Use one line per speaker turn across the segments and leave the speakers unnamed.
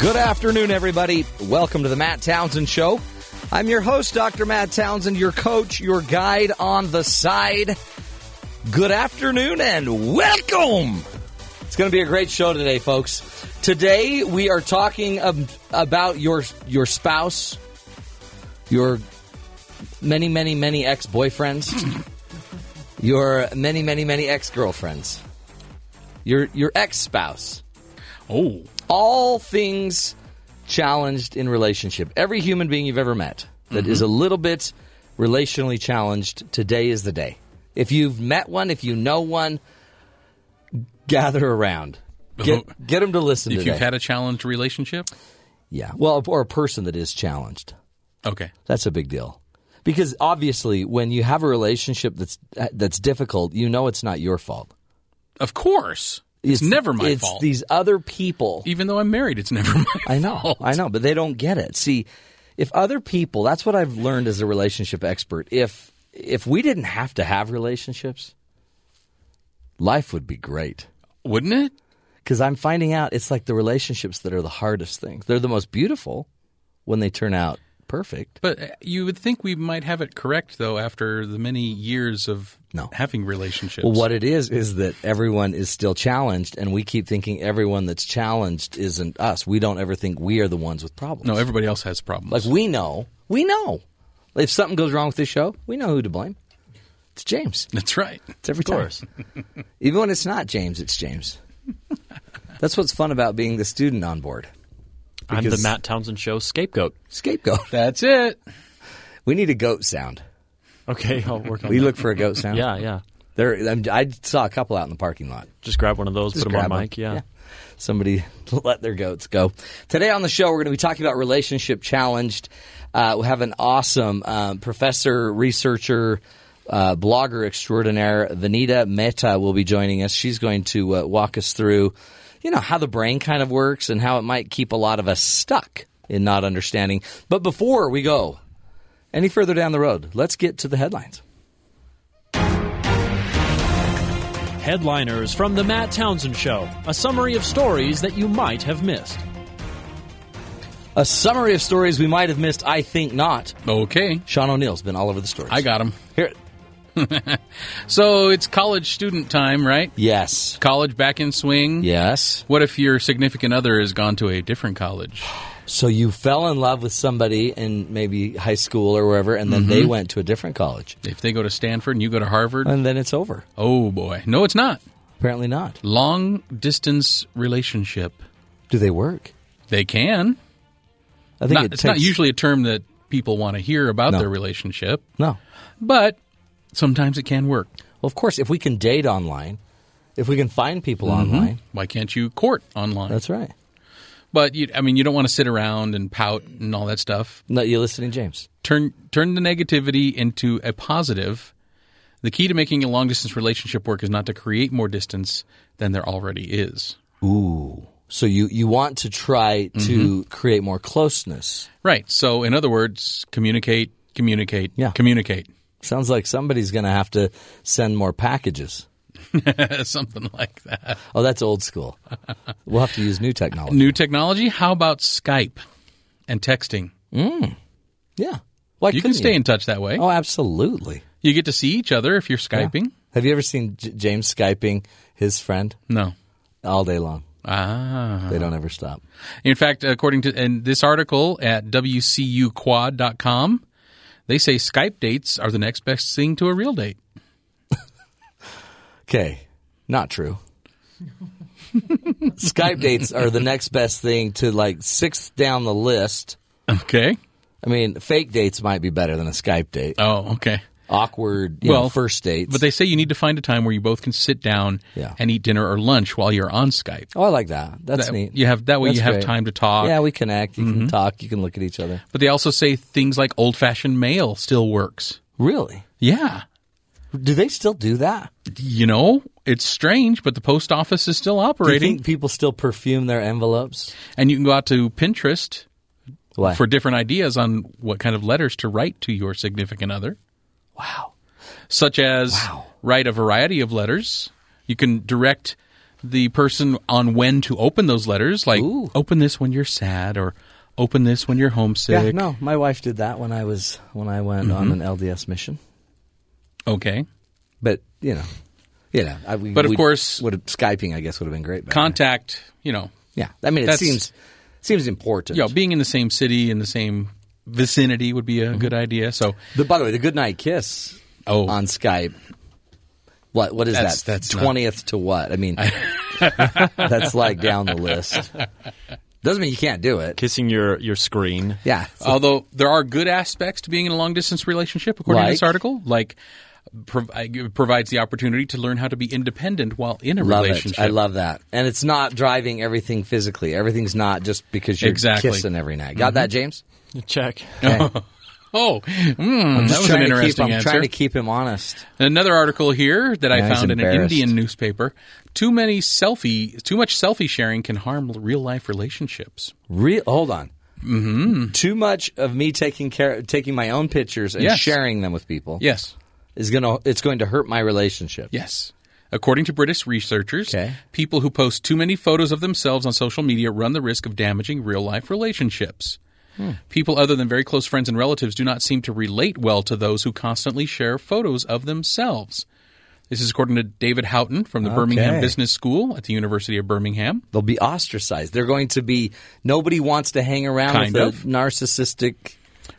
Good afternoon, everybody. Welcome to the Matt Townsend Show. I'm your host, Dr. Matt Townsend, your coach, your guide on the side. Good afternoon and welcome. It's going to be a great show today, folks. Today we are talking ab- about your your spouse, your many, many, many ex boyfriends, your many, many, many ex girlfriends, your your ex spouse
Oh,
all things challenged in relationship. Every human being you've ever met that is a
Mm-hmm.
little bit relationally challenged, today is the day. If you've met one, if you know one, gather around. Get, get them to listen
Uh-huh. if
today.
you've had a challenged relationship,
yeah. Well, or a person that is challenged.
okay.
That's a big deal. Because obviously when you have a relationship that's that's difficult, you know it's not your fault.
Of course, it's, never my
it's
fault.
these other people
Even though I'm married, it's never my
I know.
fault.
I know, but they don't get it. See, if other people, that's what I've learned as a relationship expert. If if we didn't have to have relationships, life would be great.
Wouldn't it?
Cuz I'm finding out it's like the relationships that are the hardest things. They're the most beautiful when they turn out perfect.
But uh, you would think we might have it correct though after the many years of
No.
having relationships.
Well, what it is is that everyone is still challenged and we keep thinking everyone that's challenged isn't us. We don't ever think we are the ones with problems.
No, everybody else has problems.
Like we know, we know. If something goes wrong with this show, we know who to blame. It's James.
That's right.
It's every time. Even when it's not James, it's James. That's what's fun about being the student on board.
I'm the
because-
Matt Townsend Show scapegoat.
Scapegoat.
That's it.
We need a goat sound.
Okay, I'll work on
We
that.
look for a goat sound.
yeah, yeah.
There, I'm- I saw a couple out in the parking lot.
Just grab one of those, put 'em put them
grab
on
'em.
mic. Yeah.
Somebody let their goats go. Today on the show, we're going to be talking about relationship challenged. Uh, we have an awesome um, professor, researcher, uh, blogger extraordinaire, Vanita Mehta, will be joining us. She's going to uh, walk us through, you know, how the brain kind of works and how it might keep a lot of us stuck in not understanding. But before we go any further down the road, let's get to the headlines.
Headliners from the Matt Townsend Show. A summary of stories that you might have missed.
A summary of stories we might have missed. I think not.
Okay.
Sean O'Neill's been all over the stories.
I got him.
Hear it.
So it's college student time, right?
Yes.
College back in swing.
Yes.
What if your significant other has gone to a different college?
So you fell in love with somebody in maybe high school or wherever, and then
Mm-hmm.
they went to a different college.
If they go to Stanford and you go to Harvard,
And then it's over.
oh boy. No, it's not.
Apparently not.
long distance relationship.
Do they work?
They can.
I think
Not-
it
it's
takes.
not usually a term that people want to hear about
No.
their relationship,
No.
but sometimes it can work.
Well, of course, if we can date online, if we can find people
Mm-hmm.
online,
Why can't you court online?
that's right.
but you, I mean, you don't want to sit around and pout and all that stuff.
No, you're listening, James.
Turn turn the negativity into a positive. The key to making a long distance relationship work is not to create more distance than there already is.
Ooh. So you, you want to try to
Mm-hmm.
create more closeness.
Right. So, in other words, communicate, communicate,
Yeah.
communicate.
Sounds like somebody's going to have to send more packages.
Something like that.
Oh, that's old school. we'll have to use new technology.
New technology? How about Skype and texting?
yeah. Why
You can
couldn't
stay in touch that way.
Oh, absolutely.
You get to see each other if you're Skyping.
Have you ever seen J- James Skyping his friend
No.
all day long?
Ah.
They don't ever stop.
In fact, according to in this article at wcuquad.com, they say Skype dates are the next best thing to a real date.
Okay, not true. Skype dates are the next best thing to like sixth down the list.
Okay.
I mean, fake dates might be better than a Skype date.
Oh, okay.
Awkward, you know,
well,
first dates.
But they say you need to find a time where you both can sit down
Yeah.
and eat dinner or lunch while you're on Skype.
oh, I like that. That's
That-
neat.
you have that way you
That's
have
great.
time to talk. Mm-hmm.
Yeah, we connect. You can talk. You can look at each other.
But they also say things like old-fashioned mail still works.
Really?
Yeah.
Do they still do that?
You know, it's strange, but the post office is still
Do you
operating,
think people still perfume their envelopes?
and you can go out to Pinterest
Why?
for different ideas on what kind of letters to write to your significant other,
wow.
such as
Wow.
write a variety of letters. You can direct the person on when to open those letters, like
Ooh.
open this when you're sad or open this when you're homesick.
Yeah, no, my wife did that when I was when I went
Mm-hmm.
on an LDS mission.
Okay.
But you know, you know, I, we,
But of
we
course-
would have- skyping I guess would have been great. back then.
Contact, you know,
yeah, I mean, it
That's-
seems seems important.
you know, being in the same city in the same vicinity would
Mm-hmm.
be a good idea. So
The, by the way, the goodnight kiss
Oh.
on Skype. What what is
That's-
that?
that's not-
twentieth to what? I mean, that's like down the list. Doesn't mean you can't do it.
Kissing your, your screen.
Yeah,
Although there are good aspects to being in a long distance relationship, according to this
Like?
article, like prov- it provides the opportunity to learn how to be independent while in a
love it.
relationship.
I love that, and it's not driving everything physically. Everything's not just because you're
Exactly. Mm-hmm.
kissing every night. Got that, James?
Check.
oh, mm, that
Just
was
trying to
an
keep-
interesting
I'm
answer.
trying to keep him honest.
Another article here that I
Now he's
found in an
embarrassed.
Indian newspaper: too many selfie, too much selfie sharing can harm real life relationships.
Real, hold on. Mm-hmm. Too much of me taking care, taking my own pictures and
Yes.
sharing them with people
Yes,
is gonna, it's going to hurt my relationship.
Yes. According to British researchers,
Okay.
people who post too many photos of themselves on social media run the risk of damaging real life relationships. People other than very close friends and relatives do not seem to relate well to those who constantly share photos of themselves. This is according to David Houghton from the Birmingham Business School at the University of Birmingham.
They'll be ostracized. They're going to be. Nobody wants to hang around
Kind
with
of.
a narcissistic.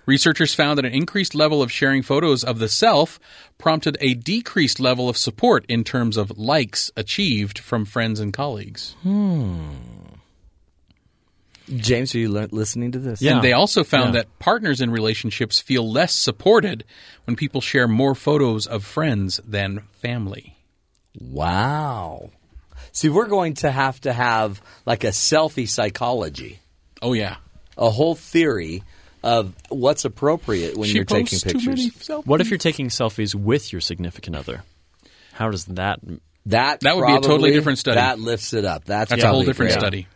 Researchers found that an increased level of sharing photos of the self prompted a decreased level of support in terms of likes achieved from friends and colleagues.
James, are you le- listening to this?
Yeah.
And they also found that partners in relationships feel less supported when people share more photos of friends than family.
Wow. See, we're going to have to have like a selfie psychology,
Oh yeah,
a whole theory of what's appropriate when
she
you're taking
posts
pictures.
too many selfies.
What if you're taking selfies with your significant other? How does that?
That
That would be a totally
probably-
different study.
That lifts it up. That's,
That's a whole
probably
different
great.
study.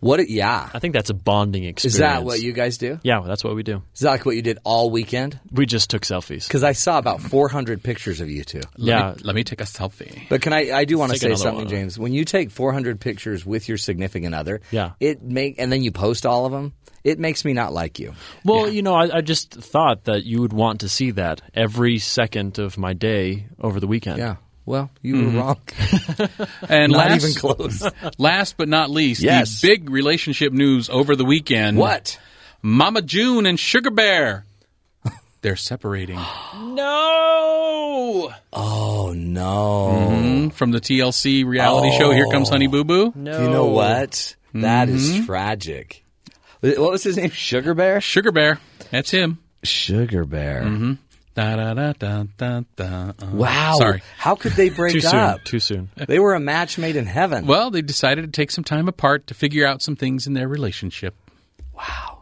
What? it- Yeah.
I think that's a bonding experience.
Is that what you guys do?
Yeah, well, that's what we do.
Is that like what you did all weekend?
We just took selfies.
Because I saw about 400 pictures of you two.
Let
Yeah,
me, let me take a selfie.
But can I? I do want to
Take
say
another
something,
one.
James. When you take 400 pictures with your significant other,
Yeah.
it make and then you post all of them. It makes me not like you.
Well, you know, I, I just thought that you would want to see that every second of my day over the weekend.
Yeah. Well, you were wrong.
And
not
Mm-hmm. last,
even close.
last but not least,
Yes.
the big relationship news over the weekend.
what?
Mama June and Sugar Bear. They're separating
No.
Oh no!
Mm, from the TLC reality show. Here comes Honey Boo Boo.
No.
You know what? That is tragic. What was his name? Sugar Bear.
Mm-hmm. Sugar Bear. That's him.
Sugar Bear.
Da da da da da da. uh.
Wow.
Sorry.
How could they
Too
break
soon.
up?
Too soon.
They were a match made in heaven.
Well, they decided to take some time apart to figure out some things in their relationship.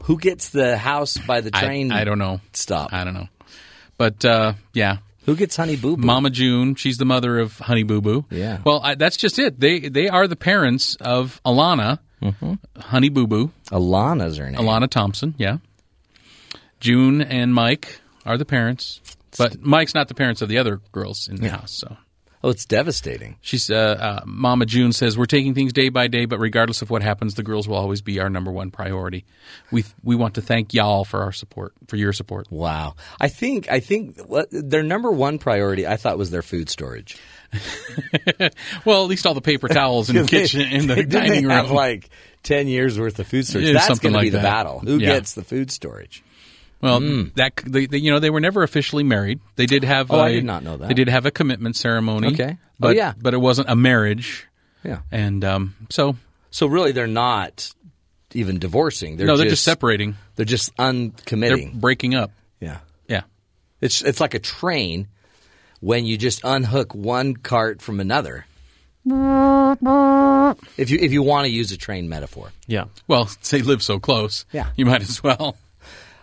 Who gets the house by the
I-
train?
I, don't know.
Stop.
I don't know. But uh, yeah,
Who gets Honey Boo Boo?
Mama June, she's the mother of Honey Boo Boo.
Yeah.
Well, I, that's just it. They they are the parents of Alana,
Mm-hmm.
Honey Boo Boo,
Alana's her name.
Alana Thompson. Yeah. June and Mike are the parents, but Mike's not the parents of the other girls in the house. So.
Oh, it's devastating.
She's uh, uh, Mama June says we're taking things day by day, but regardless of what happens, the girls will always be our number one priority. We we want to thank y'all for our support, for your support.
Wow. I think I think what, their number one priority I thought was their food storage.
Well, at least all the paper towels in the kitchen in the
Didn't they
dining
have
room.
like 10 years worth of food storage.
Yeah,
That's
something
going to be
like
the
that.
battle. Who
Yeah.
gets the food storage?
Well, that they, they, you know they were never officially married. They did have.
Hmm. Oh,
I
I did not know that.
They did have a commitment ceremony.
Okay. Oh,
but
yeah.
but it wasn't a marriage,
Yeah.
and um, so
So really they're not even divorcing. They're
no,
just,
they're just separating.
They're just
They're
uncommitting.
breaking up.
yeah.
Yeah,
It's it's like a train when you just unhook one cart from another. If you if you want to use a train metaphor.
Yeah.
well, they live so close.
Yeah.
you might as well.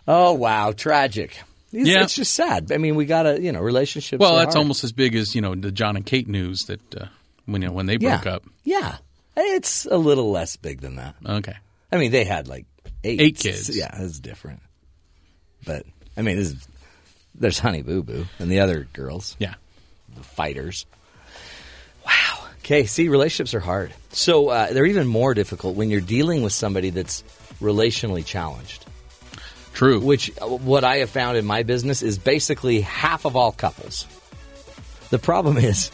Oh wow, tragic. It's,
Yeah.
it's just sad. I mean, we got to, you know, relationships.
Well,
are
that's
hard.
almost as big as you know the John and Kate news that uh, when you know, when they
yeah.
broke up.
Yeah. It's a little less big than that.
Okay,
I mean, they had like eight,
Eight kids.
Yeah, it's different. But, I mean, this is, there's Honey Boo Boo and the other girls.
yeah.
fighters. Wow. Okay. See, relationships are hard. So uh, they're even more difficult when you're dealing with somebody that's relationally challenged,
True.
which uh, what I have found in my business is basically half of all couples. The problem is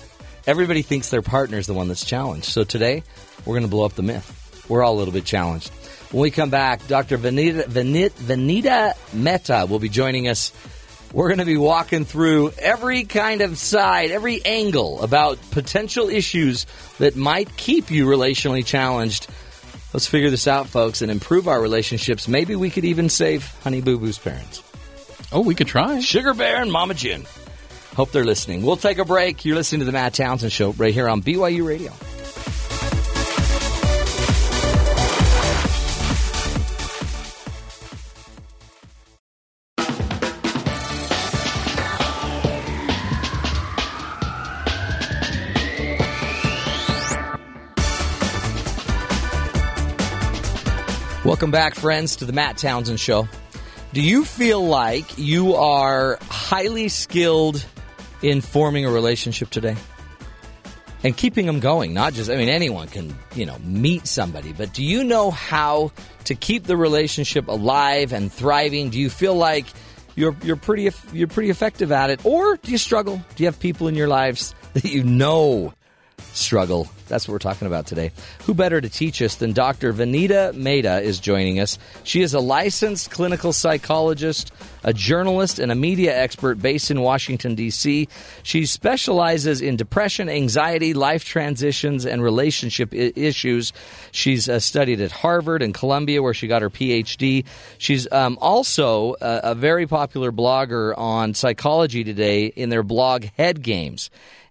everybody thinks their partner is the one that's challenged. So today we're going to blow up the myth. We're all a little bit challenged. When we come back, Dr. Vanita, Vanit, Vanita Mehta will be joining us. We're going to be walking through every kind of side, every angle about potential issues that might keep you relationally challenged. Let's figure this out, folks, and improve our relationships. Maybe we could even save Honey Boo Boo's parents.
oh, we could try.
Sugar Bear and Mama Jin. Hope they're listening. We'll take a break. You're listening to the Matt Townsend Show right here on BYU Radio. Welcome back, friends, to the Matt Townsend Show. Do you feel like you are highly skilled in forming a relationship today? And keeping them going, not just, I mean, anyone can, you know, meet somebody, but do you know how to keep the relationship alive and thriving? Do you feel like you're, you're pretty, eff- you're pretty effective at it? Or do you struggle? Do you have people in your lives that you know struggle. That's what we're talking about today. Who better to teach us than Dr. Vanita Mehta is joining us. She is a licensed clinical psychologist, a journalist, and a media expert based in Washington, D.C. She specializes in depression, anxiety, life transitions, and relationship I- issues. She's uh, studied at Harvard and Columbia, where she got her PhD. She's um, also a, a very popular blogger on psychology today in their blog Head Games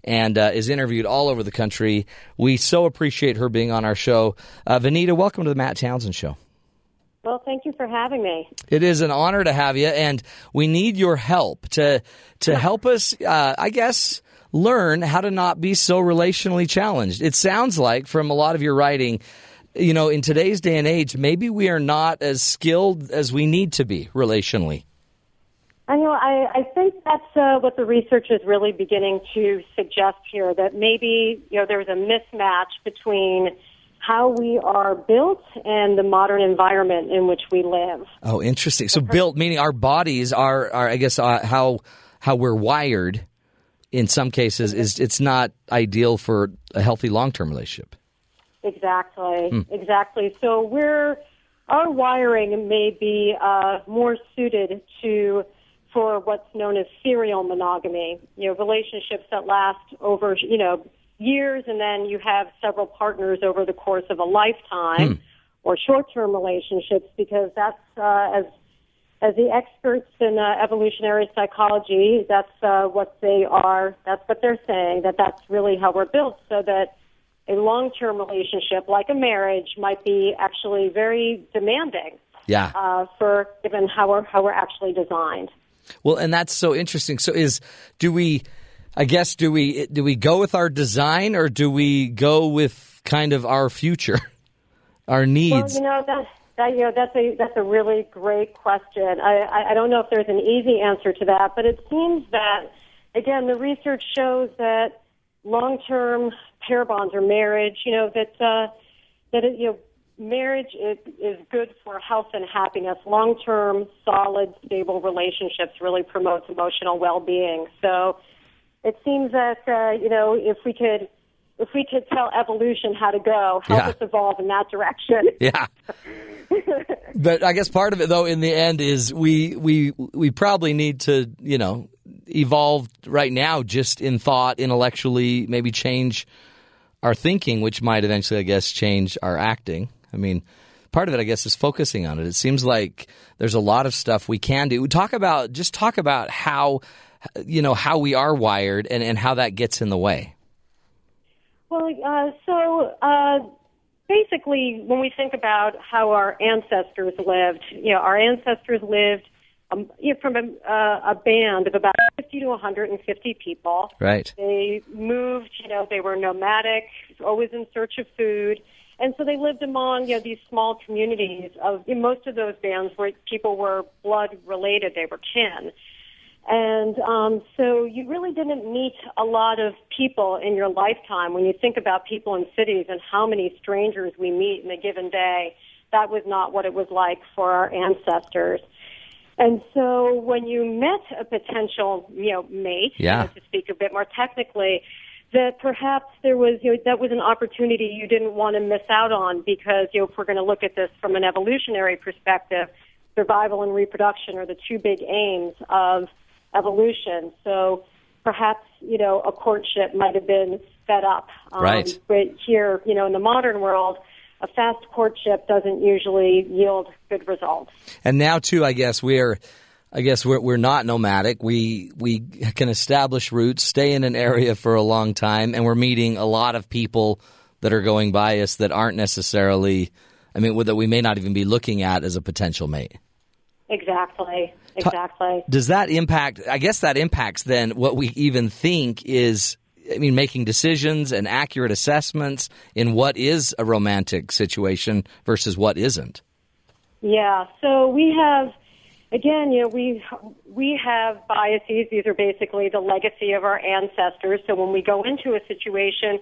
and uh, is interviewed all over the country. We so appreciate her being on our show. Uh, Vanita, welcome to the Matt Townsend Show.
Well, thank you for having me.
It is an honor to have you, and we need your help to to help us. Uh, I guess learn how to not be so relationally challenged. It sounds like from a lot of your writing. You know, in today's day and age, maybe we are not as skilled as we need to be relationally.
I know. I, I think that's uh, what the research is really beginning to suggest here. That maybe you know there's a mismatch between how we are built and the modern environment in which we live.
Oh, interesting. So built meaning our bodies are, are I guess uh, how how we're wired in some cases is it's not ideal for a healthy long-term relationship.
Exactly. Exactly. So we're our wiring may be uh, more suited to for what's known as serial monogamy. You know, relationships that last over you know years, and then you have several partners over the course of a lifetime, or short-term relationships, because that's uh, as as the experts in uh, evolutionary psychology, that's uh, what they are. That's what they're saying. That that's really how we're built. So that a long-term relationship, like a marriage, might be actually very demanding
Yeah.
uh, for given how we're how we're actually designed.
Well, and that's so interesting. So is do we I guess do we do we go with our design or do we go with kind of our future? Our
Well,
needs.
you know that. That, you know, that's a that's a really great question. I, I, I don't know if there's an easy answer to that, but it seems that again the research shows that long-term pair bonds or marriage, you know, that uh, that it, you know marriage is, is good for health and happiness. Long-term, solid, stable relationships really promotes emotional well-being. So it seems that uh, you know if we could if we could tell evolution how to go, help
Yeah.
us evolve in that direction.
Yeah. but I guess part of it though in the end is we we we probably need to, you know, evolve right now just in thought, intellectually, maybe change our thinking, which might eventually I guess change our acting. I mean, part of it I guess is focusing on it. It seems like there's a lot of stuff we can do. Talk about just talk about how you know how we are wired and and how that gets in the way.
Well, uh, so uh, basically, when we think about how our ancestors lived, you know, our ancestors lived um, you know, from a, uh, a band of about 50 to 150 people.
Right.
They moved, you know, they were nomadic, always in search of food. And so they lived among, you know, these small communities of you know, most of those bands where people were blood related, they were kin. And um, so you really didn't meet a lot of people in your lifetime. When you think about people in cities and how many strangers we meet in a given day, that was not what it was like for our ancestors. And so when you met a potential, you know, mate,
Yeah.
you know, to speak a bit more technically, that perhaps there was, you know, that was an opportunity you didn't want to miss out on because, you know, if we're going to look at this from an evolutionary perspective, survival and reproduction are the two big aims of evolution. So perhaps, you know, a courtship might have been sped up. um,
Right.
But here, you know, in the modern world, a fast courtship doesn't usually yield good results.
And now too, I guess we are. I guess we're we're not nomadic. We we can establish roots, stay in an area for a long time, and we're meeting a lot of people that are going by us that aren't necessarily. I mean, that we may not even be looking at as a potential mate.
Exactly. Exactly.
Does that impact? I guess that impacts then what we even think is. I mean, making decisions and accurate assessments in what is a romantic situation versus what isn't.
Yeah. So we have, again, you know, we we have biases. These are basically the legacy of our ancestors. So when we go into a situation,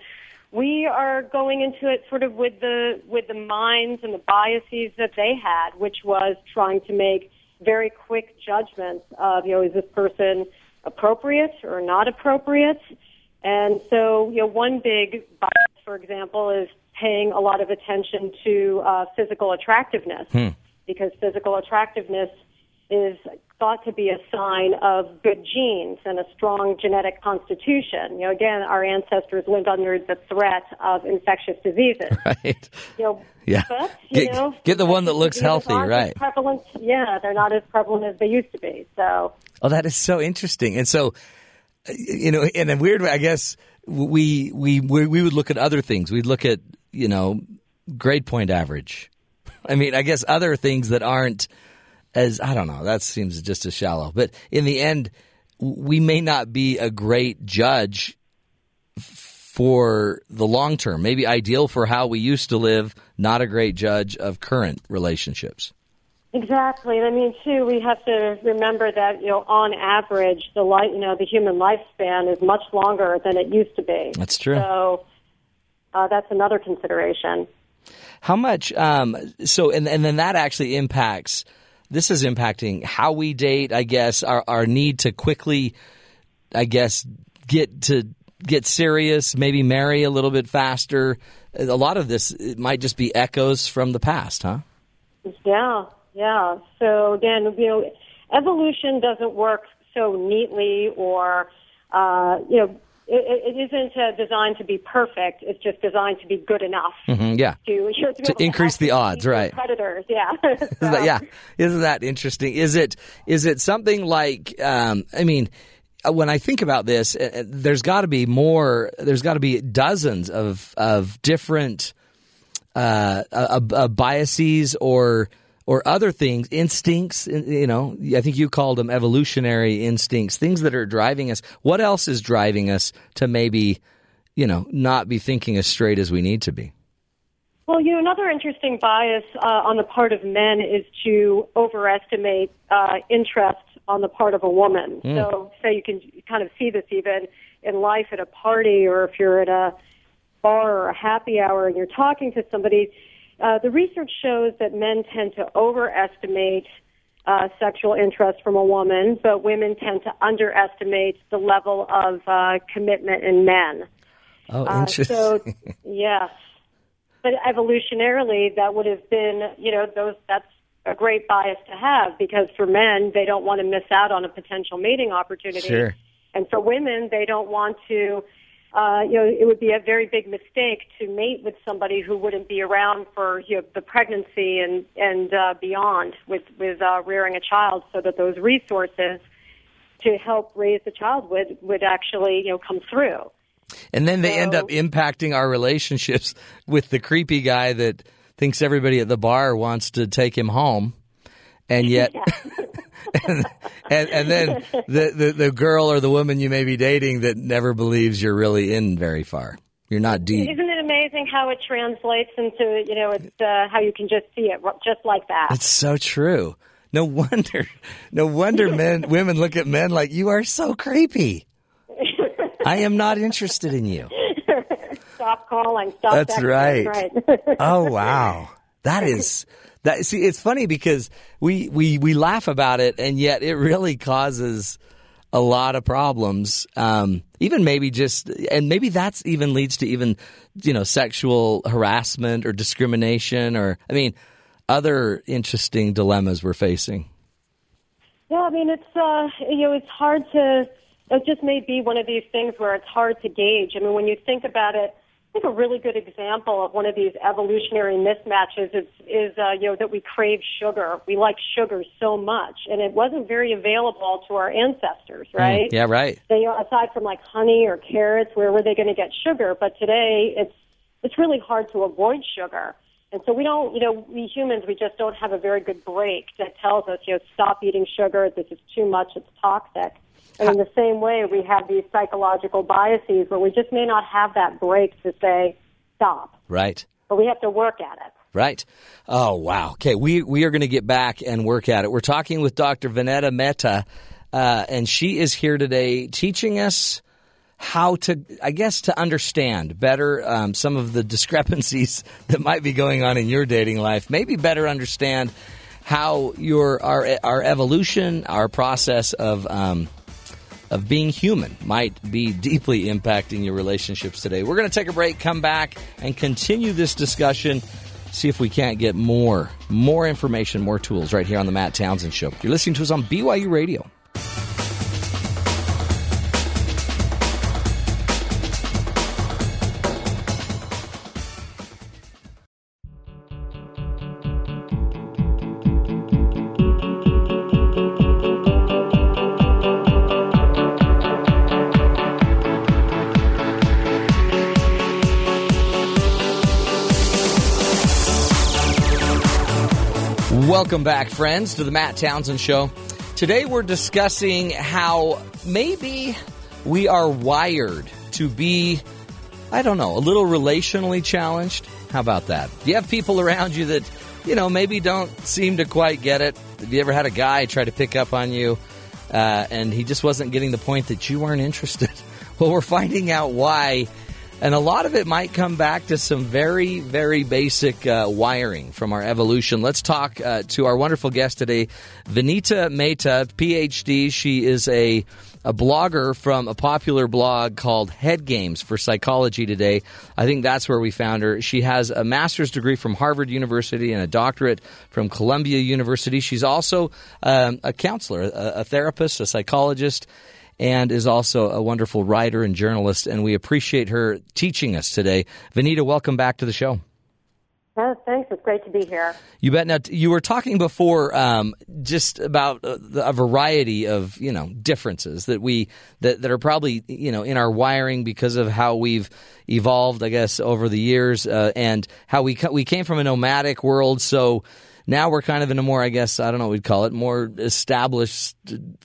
we are going into it sort of with the with the minds and the biases that they had, which was trying to make very quick judgments of, you know, is this person appropriate or not appropriate? And so, you know, one big bias, for example, is paying a lot of attention to uh, physical attractiveness because physical attractiveness is thought to be a sign of good genes and a strong genetic constitution. You know, again, our ancestors lived under the threat of infectious diseases.
Right?
You know,
Yeah.
But, you
Get-
know,
get the one that looks
diseases
healthy,
aren't as
right.
Prevalent, yeah, they're not as prevalent as they used to be. So,
Oh, that is so interesting. And so, uh, you know, in a weird way, I guess we we we, we would look at other things. We'd look at you know grade point average. I mean, I guess other things that aren't as I don't know. That seems just as shallow. But in the end, w- we may not be a great judge for the long term. Maybe ideal for how we used to live. Not a great judge of current relationships.
Exactly. And I mean, too, we have to remember that, you know, on average, the life, you know, the human lifespan is much longer than it used to be.
That's true.
So uh, that's another consideration.
How much? Um, so, and and then that actually impacts. This is impacting how we date, I guess. Our our need to quickly, I guess, get to get serious, maybe marry a little bit faster. A lot of this it might just be echoes from the past, huh?
Yeah, yeah. So again, you know, evolution doesn't work so neatly, or uh, you know, it, it isn't uh, designed to be perfect. It's just designed to be good enough
Mm, yeah.
to, you know, to, be able
increase the
outcompete
odds, right.
Predators, yeah.
Isn't that-
So-
yeah, isn't that interesting? Is it is it something like? Um, I mean, uh, when I think about this, uh, uh, there's got to be more. There's got to be dozens of of different uh, uh, uh, biases or or other things, instincts. in- You know, I think you called them evolutionary instincts, things that are driving us. What else is driving us to maybe, you know, not be thinking as straight as we need to be?
Well, you know, another interesting bias uh, on the part of men is to overestimate uh, interest on the part of a woman. So, so you can kind of see this even in life at a party, or if you're at a bar or a happy hour and you're talking to somebody. Uh, the research shows that men tend to overestimate uh, sexual interest from a woman, but women tend to underestimate the level of uh, commitment in men.
Oh,
Uh,
interesting.
so yeah, but evolutionarily, that would have been you know those that's a great bias to have because for men they don't want to miss out on a potential mating opportunity,
Sure.
and for women they don't want to. Uh, you know, it would be a very big mistake to mate with somebody who wouldn't be around for you know, the pregnancy and and uh, beyond with with uh, rearing a child, so that those resources to help raise the child would would actually you know come through.
And then they end
So-
up impacting our relationships with the creepy guy that thinks everybody at the bar wants to take him home. And yet, and, and and then the, the the girl or the woman you may be dating that never believes you're really in very far. You're not deep.
Isn't it amazing how it translates into you know it's uh, how you can just see it r- just like that?
It's so true. No wonder, no wonder men women look at men like you are so creepy. I am not interested in you.
stop calling. Stop.
That's
texting,
right.
That's right.
Oh wow, that is that. See, it's funny because we we we laugh about it, and yet it really causes a lot of problems. Um, even maybe just, and maybe that's even leads to even you know sexual harassment or discrimination, or I mean, other interesting dilemmas we're facing.
Yeah, I mean, it's uh, you know, it's hard to. It just may be one of these things where it's hard to gauge. I mean, when you think about it, I think a really good example of one of these evolutionary mismatches is is uh, you know that we crave sugar. We like sugar so much, and it wasn't very available to our ancestors, right?
Mm, Yeah, right.
They, you know, aside from like honey or carrots, where were they going to get sugar? But today, it's it's really hard to avoid sugar, and so we don't, you know, we humans, we just don't have a very good break that tells us, you know, stop eating sugar. This is too much. It's toxic. And in the same way, we have these psychological biases where we just may not have that break to say stop,
Right.
but we have to work at it.
Right. Oh wow. Okay, we we are going to get back and work at it. We're talking with Dr. Vanetta Mehta, uh, and she is here today teaching us how to, I guess, to understand better um, some of the discrepancies that might be going on in your dating life. Maybe better understand how your our our evolution, our process of. Um, of being human might be deeply impacting your relationships today. We're going to take a break, come back, and continue this discussion. See if we can't get more, more information, more tools right here on the Matt Townsend Show. You're listening to us on BYU Radio. Welcome back, friends, to the Matt Townsend Show. Today we're discussing how maybe we are wired to be, I don't know, a little relationally challenged. How about that? You have people around you that, you know, maybe don't seem to quite get it. Have you ever had a guy try to pick up on you uh, and he just wasn't getting the point that you weren't interested? Well, we're finding out why and a lot of it might come back to some very, very basic uh, wiring from our evolution. Let's talk uh, to our wonderful guest today, Venita Mehta, PhD. She is a, a blogger from a popular blog called Head Games for Psychology Today. I think that's where we found her. She has a master's degree from Harvard University and a doctorate from Columbia University. She's also um, a counselor, a, a therapist, a psychologist and is also a wonderful writer and journalist. And we appreciate her teaching us today. Vanita, welcome back to the show.
Yeah, thanks. It's great to be here.
You bet. Now, t- you were talking before um, just about uh, the- a variety of you know differences that we that, that are probably you know in our wiring because of how we've evolved, I guess, over the years, uh, and how we co- we came from a nomadic world, so. Now we're kind of in a more, I guess, I don't know what we'd call it, more established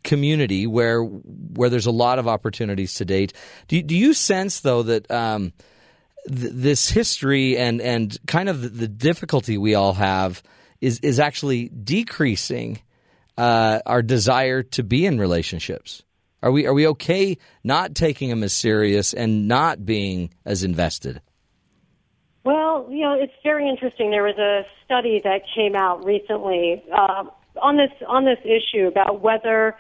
community where where there's a lot of opportunities to date. Do, do you sense though that um, th- this history and and kind of the, the difficulty we all have is is actually decreasing uh, our desire to be in relationships. Are we are we okay not taking them as serious and not being as invested?
Well, you know, it's very interesting. There was a study that came out recently uh, on this on this issue about whether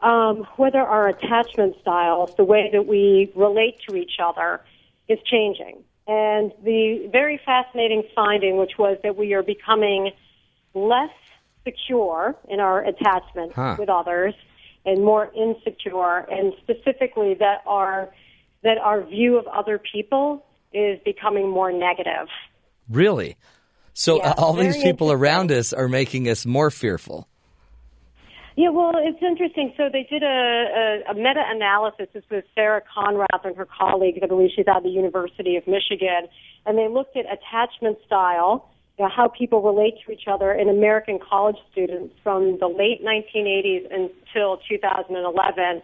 um, whether our attachment styles, the way that we relate to each other, is changing. And the very fascinating finding, which was that we are becoming less secure in our attachment
Huh.
with others and more insecure, and specifically that our that our view of other people is becoming more negative.
Really? So
Yeah,
uh, all these
very
people around us are making us more fearful.
Yeah, well, it's interesting. So they did a, a, a meta-analysis. This was Sarah Conrath and her colleagues. I believe she's out of the University of Michigan, and they looked at attachment style you know, how people relate to each other in American college students from the late 1980s until 2011.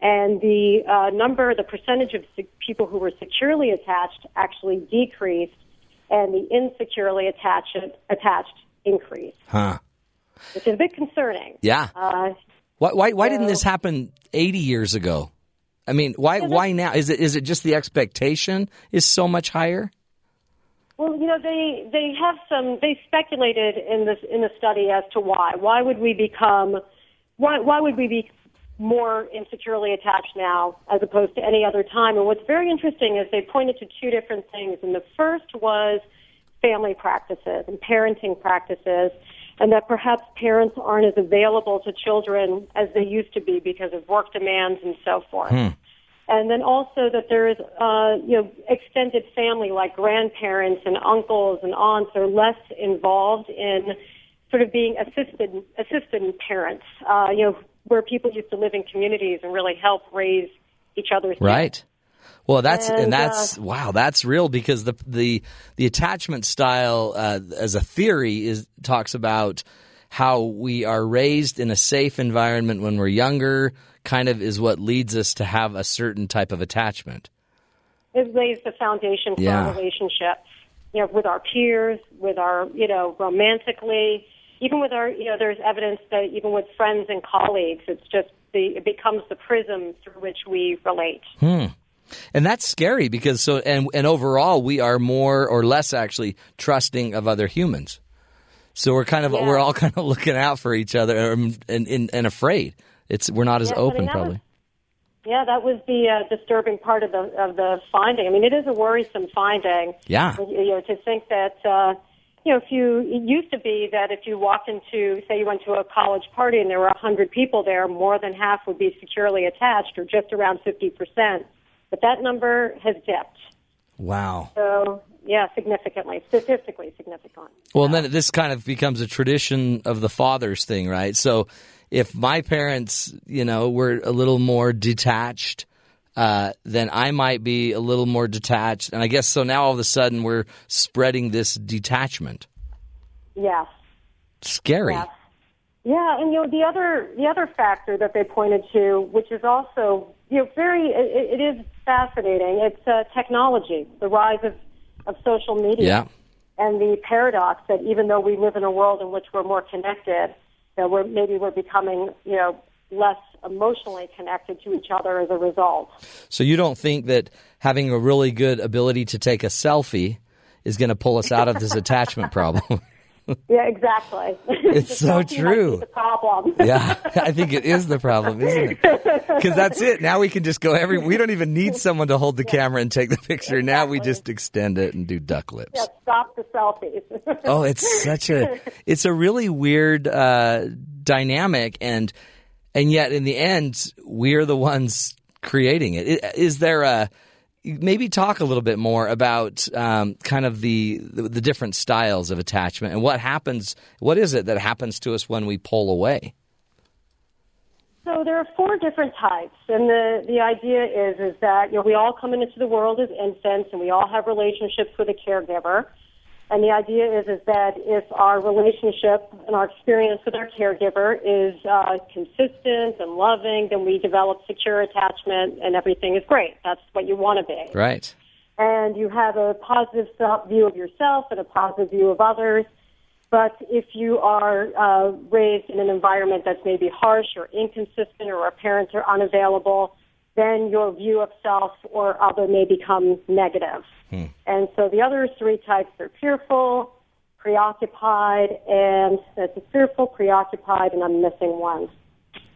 And the uh, number, the percentage of se- people who were securely attached actually decreased, and the insecurely attached, attached increased,
Huh.
which is a bit concerning.
Yeah.
Uh,
Why why why didn't this happen 80 years ago? I mean, why why now? Is it is it just the expectation is so much higher?
Well, you know, they they have some. They speculated in this in the study as to why. Why would we become? Why why would we be more insecurely attached now as opposed to any other time? And what's very interesting is they pointed to two different things. And the first was family practices and parenting practices, and that perhaps parents aren't as available to children as they used to be because of work demands and so forth and then also that there is uh, you know extended family like grandparents and uncles and aunts are less involved in sort of being assisted assistant parents uh, you know where people used to live in communities and really help raise each other's kids.
Right. Well, that's and,
And, uh,
that's wow, that's real because the the the attachment style uh, as a theory is talks about how we are raised in a safe environment when we're younger kind of is what leads us to have a certain type of attachment.
it lays the foundation for
Yeah.
our relationship, you know, with our peers, with our, you know, romantically, even with our, you know, there's evidence that even with friends and colleagues, it's just the, it becomes the prism through which we relate.
And that's scary because so and and overall we are more or less actually trusting of other humans. So we're kind of
Yeah.
we're all kind of looking out for each other and and, and, and afraid. It's we're not as
Yeah, but
open
another-
probably.
Yeah, that was the uh, disturbing part of the of the finding. I mean, it is a worrisome finding.
Yeah.
you know, to think that uh, you know, if you it used to be that if you walked into, say, you went to a college party and there were a hundred people there, more than half would be securely attached, or just around fifty percent. But that number has dipped.
wow.
So yeah, significantly, statistically significant.
Well, and then this kind of becomes a tradition of the fathers thing, right? So if my parents, you know, were a little more detached, uh, then I might be a little more detached. And I guess so now all of a sudden we're spreading this detachment.
Yes.
Scary.
Yeah. Yeah, and you know the other the other factor that they pointed to, which is also you know very it, it is fascinating. It's uh, technology, the rise of of social media,
Yeah.
and the paradox that even though we live in a world in which we're more connected, that we're maybe we're becoming you know less emotionally connected to each other as a result.
So you don't think that having a really good ability to take a selfie is going to pull us out of this attachment problem?
Yeah, exactly.
It's so true.
The problem.
Yeah, I think it is the problem, isn't it? Because that's it. Now we can just go every. We don't even need someone to hold the camera and take the picture. Now we just extend it and do duck lips.
Yeah, stop the selfies.
Oh, it's such a. It's a really weird uh, dynamic, and and yet in the end, we're the ones creating it. I- Is there a maybe talk a little bit more about um, kind of the the different styles of attachment and what happens? What is it that happens to us when we pull away?
So there are four different types, and the, the idea is is that you know we all come into the world as infants, and we all have relationships with a caregiver. And the idea is is that if our relationship and our experience with our caregiver is uh, consistent and loving, then we develop secure attachment, and everything is great. That's what you want to be
Right.
and you have a positive self view of yourself and a positive view of others. But if you are uh, raised in an environment that's maybe harsh or inconsistent, or our parents are unavailable, then your view of self or other may become negative.
Hmm.
And so the other three types are fearful, preoccupied, and that's fearful, preoccupied, and I'm missing one,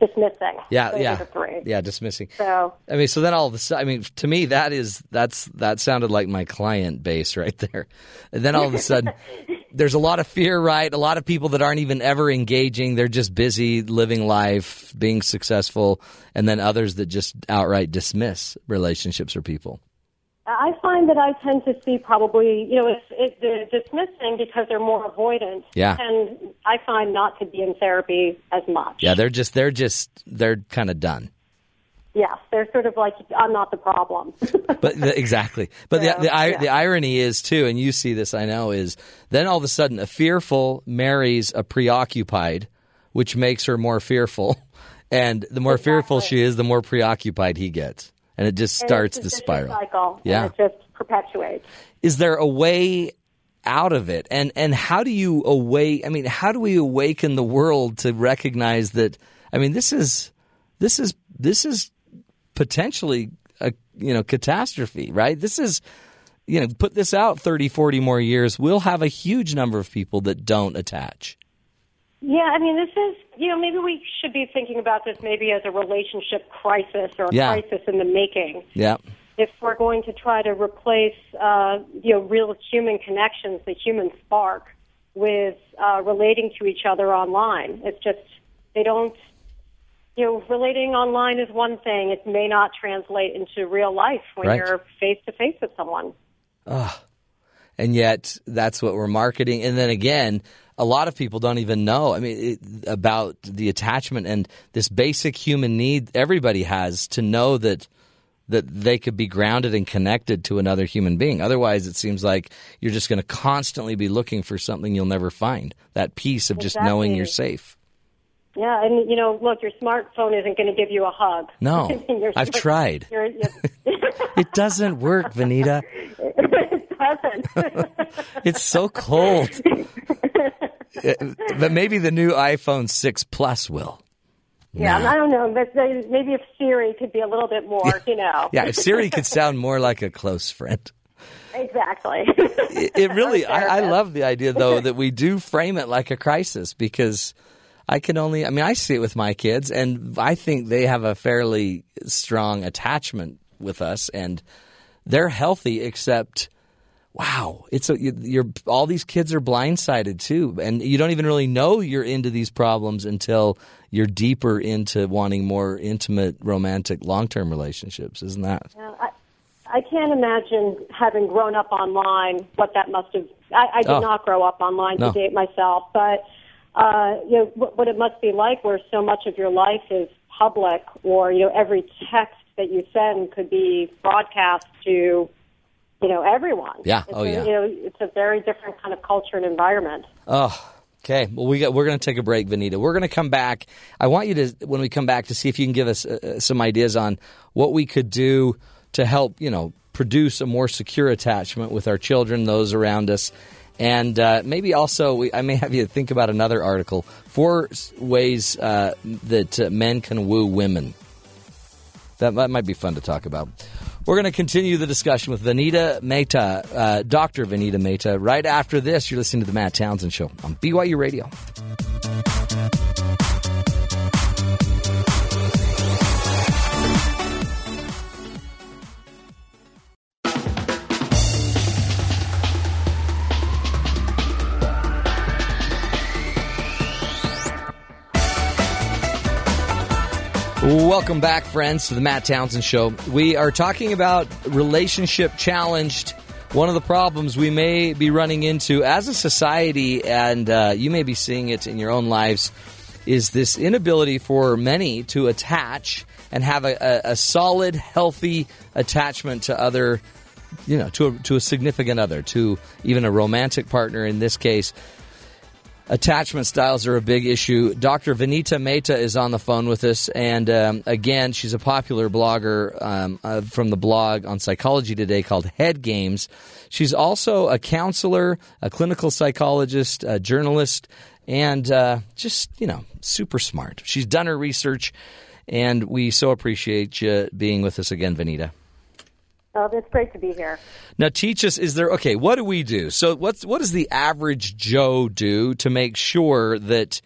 dismissing.
Yeah,
Those are
yeah,
the three.
yeah. Dismissing.
So
I mean, so then all of a sudden, I mean, to me, that is that's that sounded like my client base right there. And then all of a sudden, there's a lot of fear, right? A lot of people that aren't even ever engaging; they're just busy living life, being successful, and then others that just outright dismiss relationships or people.
I find that I tend to see probably, you know, it's, it, they're dismissing because they're more avoidant.
Yeah.
And I find not to be in therapy as much.
Yeah, they're just they're just they're kind of done.
Yes, they're sort of like, I'm not the problem.
But the, exactly. But
So,
the the, ir
yeah.
the irony is too, and you see this, I know, is then all of a sudden a fearful marries a preoccupied, which makes her more fearful, and the more fearful she is, the more preoccupied he gets, and it just
And
starts
it's
the
just a
spiral.
Cycle,
Yeah.
And it just perpetuates.
Is there a way out of it, and and how do you awake? I mean, how do we awaken the world to recognize that? I mean, this is this is this is potentially a you know catastrophe right this is you know put this out 30 40 more years we'll have a huge number of people that don't attach
Yeah, I mean, this is, you know, maybe we should be thinking about this maybe as a relationship crisis or a
Yeah.
crisis in the making.
yeah
If we're going to try to replace, uh, you know, real human connections, the human spark, with uh, relating to each other online, it's just, they don't, you know, relating online is one thing. It may not translate into real life when
Right.
you're face to face with someone.
and yet that's what we're marketing and then again a lot of people don't even know i mean it, about the attachment and this basic human need everybody has to know that that they could be grounded and connected to another human being otherwise it seems like you're just going to constantly be looking for something you'll never find that piece of just knowing
Exactly.
you're safe
Yeah, and you know, look, your smartphone isn't going to give you a hug.
No.
I mean, your
I've
smart-
tried.
your- your-
It doesn't work, Vanita.
it doesn't.
It's so cold. Uh, But maybe the new iPhone 6 Plus will.
Yeah, I don't know, but they- maybe if Siri could be a little bit more, you know.
Yeah, if Siri could sound more like a close friend.
exactly.
It, it really, I, I love the idea, though, that we do frame it like a crisis because I can only, I mean, I see it with my kids, and I think they have a fairly strong attachment with us, and they're healthy, except. wow, it's a, you- you're all these kids are blindsided too, and you don't even really know you're into these problems until you're deeper into wanting more intimate, romantic, long-term relationships. Isn't that?
I, I can't imagine having grown up online what that must have. I, I did
Oh.
not grow up online
No.
to date myself, but uh, you know what, what it must be like, where so much of your life is public, or you know every text that you send could be broadcast to you know everyone.
Yeah.
It's
Oh,
a,
yeah.
You know, it's a very different kind of culture and environment.
Oh, okay. Well, we got, we're going to take a break, Vanita. We're going to come back. I want you to, when we come back, to see if you can give us uh, uh, some ideas on what we could do to help, you know, produce a more secure attachment with our children, those around us. And uh, maybe also, we, I may have you think about another article four s- ways uh, that uh, men can woo women. That, that might be fun to talk about. We're going to continue the discussion with Vanita Mehta, uh, Dr. Vanita Mehta. Right after this, you're listening to The Matt Townsend Show on BYU Radio. Welcome back, friends, to the Matt Townsend Show. We are talking about relationship challenged. One of the problems we may be running into as a society, and uh, you may be seeing it in your own lives, is this inability for many to attach and have a, a, a solid, healthy attachment to other you know to a, to a significant other to even a romantic partner in this case attachment styles are a big issue dr vanita mehta is on the phone with us and um, again she's a popular blogger um, uh, from the blog on psychology today called head games she's also a counselor a clinical psychologist a journalist and uh, just you know super smart she's done her research and we so appreciate you being with us again vanita
Oh, it's great to be here.
now teach us is there okay, what do we do? So what's what does the average Joe do to make sure that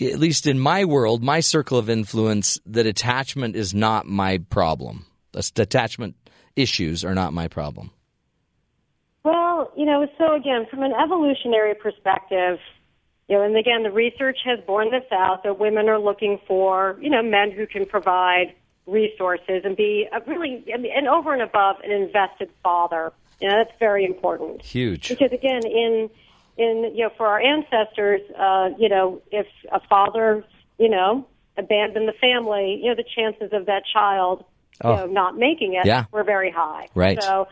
at least in my world, my circle of influence, that attachment is not my problem. That's- Attachment issues are not my problem.
Well, you know, so again, from an evolutionary perspective, you know, and again, the research has borne this out that women are looking for, you know, men who can provide resources and be a really, I mean, and over and above an invested father. You know, that's very important.
Huge.
Because again, in in you know, for our ancestors, uh, you know, if a father, you know, abandon the family, you know, the chances of that child you
Oh.
know, not making it
Yeah.
were very high.
Right.
So,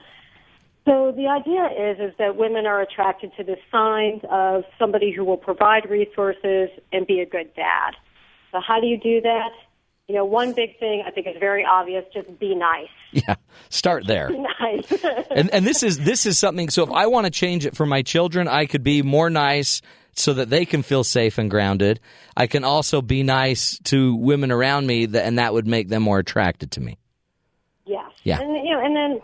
so the idea is is that women are attracted to the signs of somebody who will provide resources and be a good dad. So how do you do that? You know, one big thing I think is very obvious: just be nice.
Yeah, start there.
Nice.
And and this is this is something. So if I want to change it for my children, I could be more nice so that they can feel safe and grounded. I can also be nice to women around me, that, and that would make them more attracted to me.
Yes.
Yeah.
And you know, and then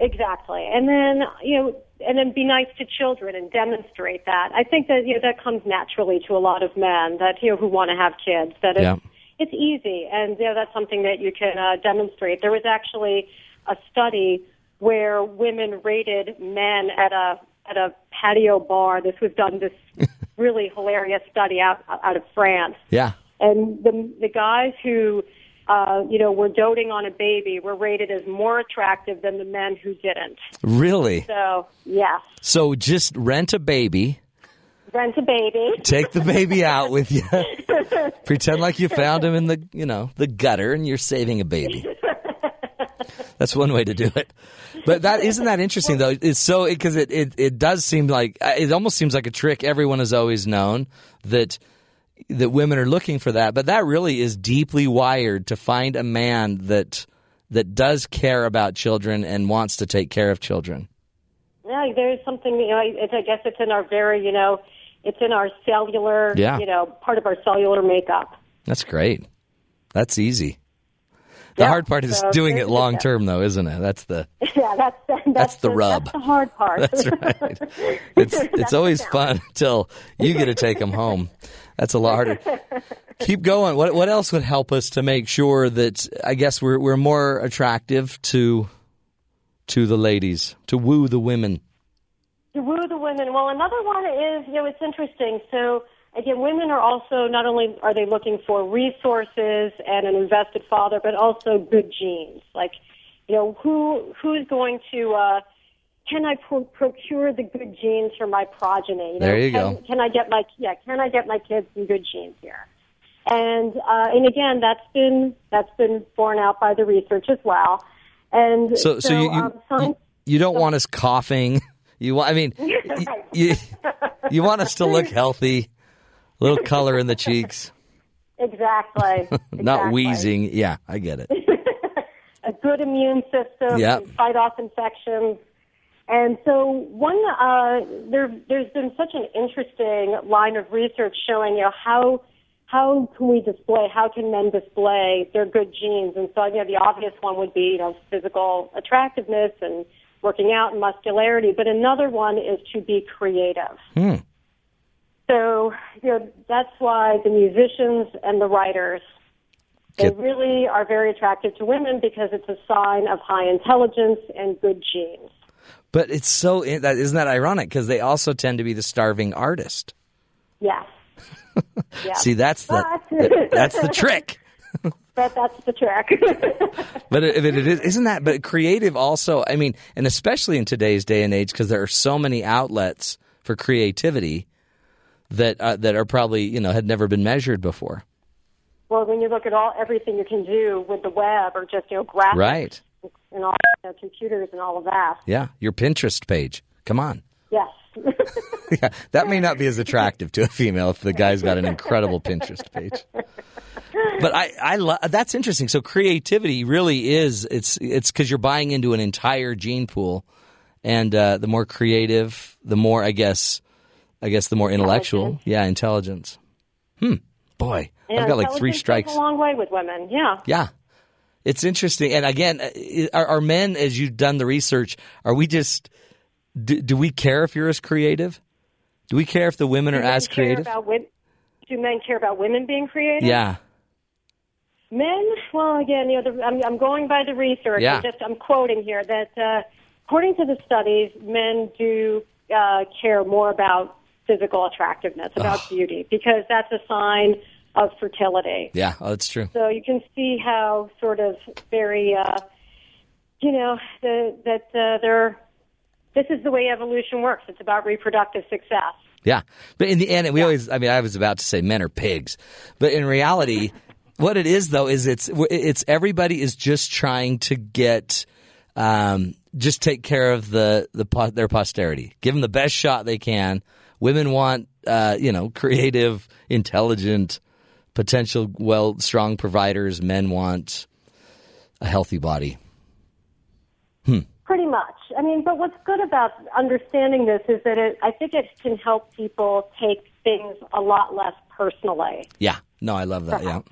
exactly, and then you know, and then be nice to children and demonstrate that. I think that you know that comes naturally to a lot of men that you know who want to have kids. That it's,
Yeah.
it's easy, and you know that's something that you can uh, demonstrate. There was actually a study where women rated men at a at a patio bar. This was done this really hilarious study out out of France
Yeah,
and the the guys who uh, you know were doting on a baby were rated as more attractive than the men who didn't.
really.
So yes,
So just rent a baby,
rent a baby.
take the baby out with you, pretend like you found him in the you know the gutter, and you're saving a baby. That's one way to do it. But that isn't that interesting though. It's so because it, it it does seem like uh, it almost seems like a trick. Everyone has always known that that women are looking for that, but that really is deeply wired to find a man that that does care about children and wants to take care of children.
Yeah, there's something. You know, it's, I guess it's in our very you know, it's in our cellular.
Yeah.
You know, part of our cellular makeup.
That's great. That's easy. The
Yeah,
hard part is
so
doing
there's
it
the
long
step.
term though, isn't it? That's the
Yeah, that's that's,
That's the rub.
That's the hard part.
That's right. It's it's
the
always
challenge.
fun until you get to take them home. That's a lot harder. Keep going. What what else would help us to make sure that I guess we're we're more attractive to to the ladies to woo the women?
to woo the women. Well, another one is, you know, it's interesting. So again, women are also not only are they looking for resources and an invested father, but also good genes. Like, you know, who who's going to uh, can I pro- procure the good genes for my progeny? You know,
There you
can,
go.
Can I get my yeah? Can I get my kids some good genes here? And uh, and again, that's been that's been borne out by the research as well. And
So so, you you,
um, science-
you you don't want us coughing. You want I mean y- y- you you want us to look healthy, a little color in the cheeks,
exactly
not
exactly.
wheezing. Yeah, I get it.
a good immune system,
Yep.
fight off infections. And so one, uh, there, there's been such an interesting line of research showing, you know, how, how can we display, how can men display their good genes? And so, you know, the obvious one would be, you know, physical attractiveness and working out and muscularity. But another one is to be creative. So, you know, that's why the musicians and the writers they
Get-
really are very attracted to women because it's a sign of high intelligence and good genes.
But it's so that isn't that ironic because they also tend to be the starving artist.
Yes. Yeah.
See, that's the
But-
that's the trick.
but that's the trick.
But if it is, isn't that? But creative also. I mean, and especially in today's day and age, because there are so many outlets for creativity that uh, that are probably you know had never been measured before.
well, when you look at all everything you can do with the web or just you know graphics
Right?
and all you know, computers and all of that.
Yeah. Your Pinterest page. Come on.
Yes.
Yeah, that may not be as attractive to a female if the guy's got an incredible Pinterest page. But I, I lo- that's interesting. So creativity really is it's it's because you're buying into an entire gene pool, and uh, the more creative, the more I guess, I guess the more intellectual, yeah, intelligence. Hmm. Boy, I've got like three
Intelligence goes
strikes.
A long way with women. Yeah.
Yeah. It's interesting. And again, uh, are, are men, as you've done the research, are we just, do, do we care if you're as creative? Do we care if the women are
Do men
as
care
creative?
about wom- do men care about women being creative?
Yeah.
Men, well, again, you know, the, I'm, I'm going by the research.
Yeah.
I'm just I'm quoting here that uh, according to the studies, men do uh, care more about physical attractiveness, about beauty, because that's a sign of fertility.
Yeah. Oh, that's true.
So you can see how sort of very, uh, you know, the, that uh, they're. This is the way evolution works. It's about reproductive success.
Yeah. But in the end, we always, I mean, I was about to say men are pigs, but in reality, What it is though is it's it's everybody is just trying to get um, just take care of the the po- their posterity. Give them the best shot they can. Women want uh, you know creative, intelligent, potential well strong providers. Men want a healthy body.
Pretty much. I mean, but what's good about understanding this is that it, I think it can help people take things a lot less personally.
Yeah. No, I love that. Yeah.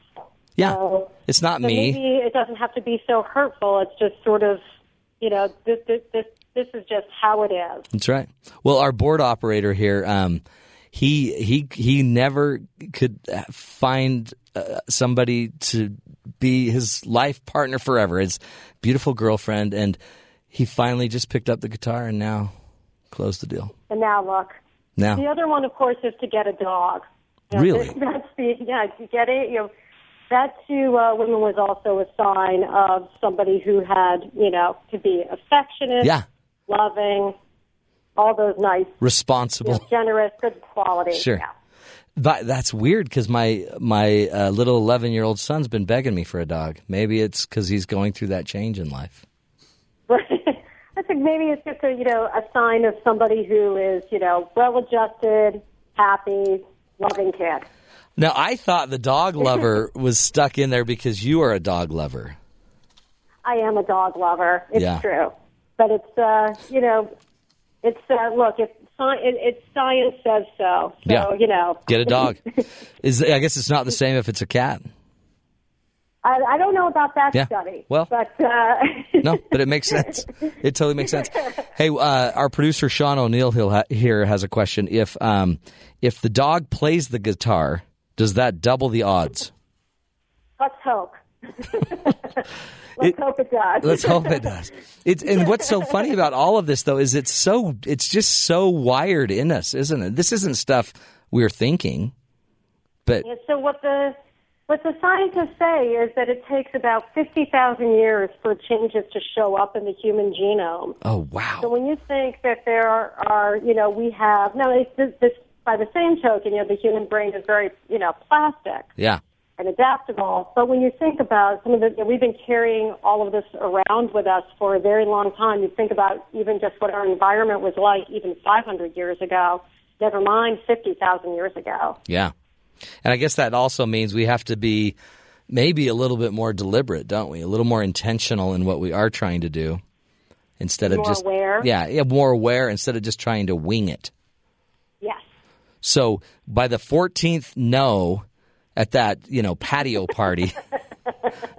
Yeah.
Uh-huh. So,
it's not
so
me.
maybe it doesn't have to be so hurtful. It's just sort of, you know, this this this, this is just how it is.
That's right. Well, our board operator here, um, he he he never could uh, find uh, somebody to be his life partner forever. His beautiful girlfriend, and he finally just picked up the guitar and now closed the deal.
And now look,
Now,
The other one, of course, is to get a dog. You know,
Really?
that- That's the yeah. To get it, you know, that to uh, women was also a sign of somebody who had you know to be affectionate,
Yeah.
loving, all those nice, you know,
responsible.
generous, good qualities.
Sure.
Yeah.
But that's weird because my my uh, little eleven year old son's been begging me for a dog. Maybe it's because he's going through that change in life.
But I think maybe it's just a you know a sign of somebody who is you know well adjusted, happy, loving kid.
Now, I thought the dog lover was stuck in there because you are a dog lover.
I am a dog lover. It's
Yeah.
true, but it's uh, you know, it's uh, look, it's sci- it, it's science says so. So
Yeah.
you know,
Get a dog. Is I guess it's not the same if it's a cat.
I, I don't know about that
Yeah.
study.
Well-
but uh,
No, but it makes sense. It totally makes sense. Hey, uh, our producer Sean O'Neill he'll ha- here has a question. If um, if the dog plays the guitar, does that double the odds?
let's hope. let's hope it does.
Let's hope it does. It's, and what's so funny about all of this though is it's so it's just so wired in us, isn't it? This isn't stuff we're thinking, but
And so what the what the scientists say is that it takes about fifty thousand years for changes to show up in the human genome.
oh wow.
So when you think that there are, you know, we have no, it's this, this by the same token, you know, the human brain is very, you know, plastic
Yeah.
and adaptable. But when you think about some of the, you know, we've been carrying all of this around with us for a very long time. You think about even just what our environment was like even 500 years ago. Never mind 50,000 years ago.
Yeah. And I guess that also means we have to be maybe a little bit more deliberate, don't we? A little more intentional in what we are trying to do instead of
More
just
aware.
Yeah, yeah, more aware instead of just trying to wing it.
Yes.
So by the 14th no at that, you know, patio party,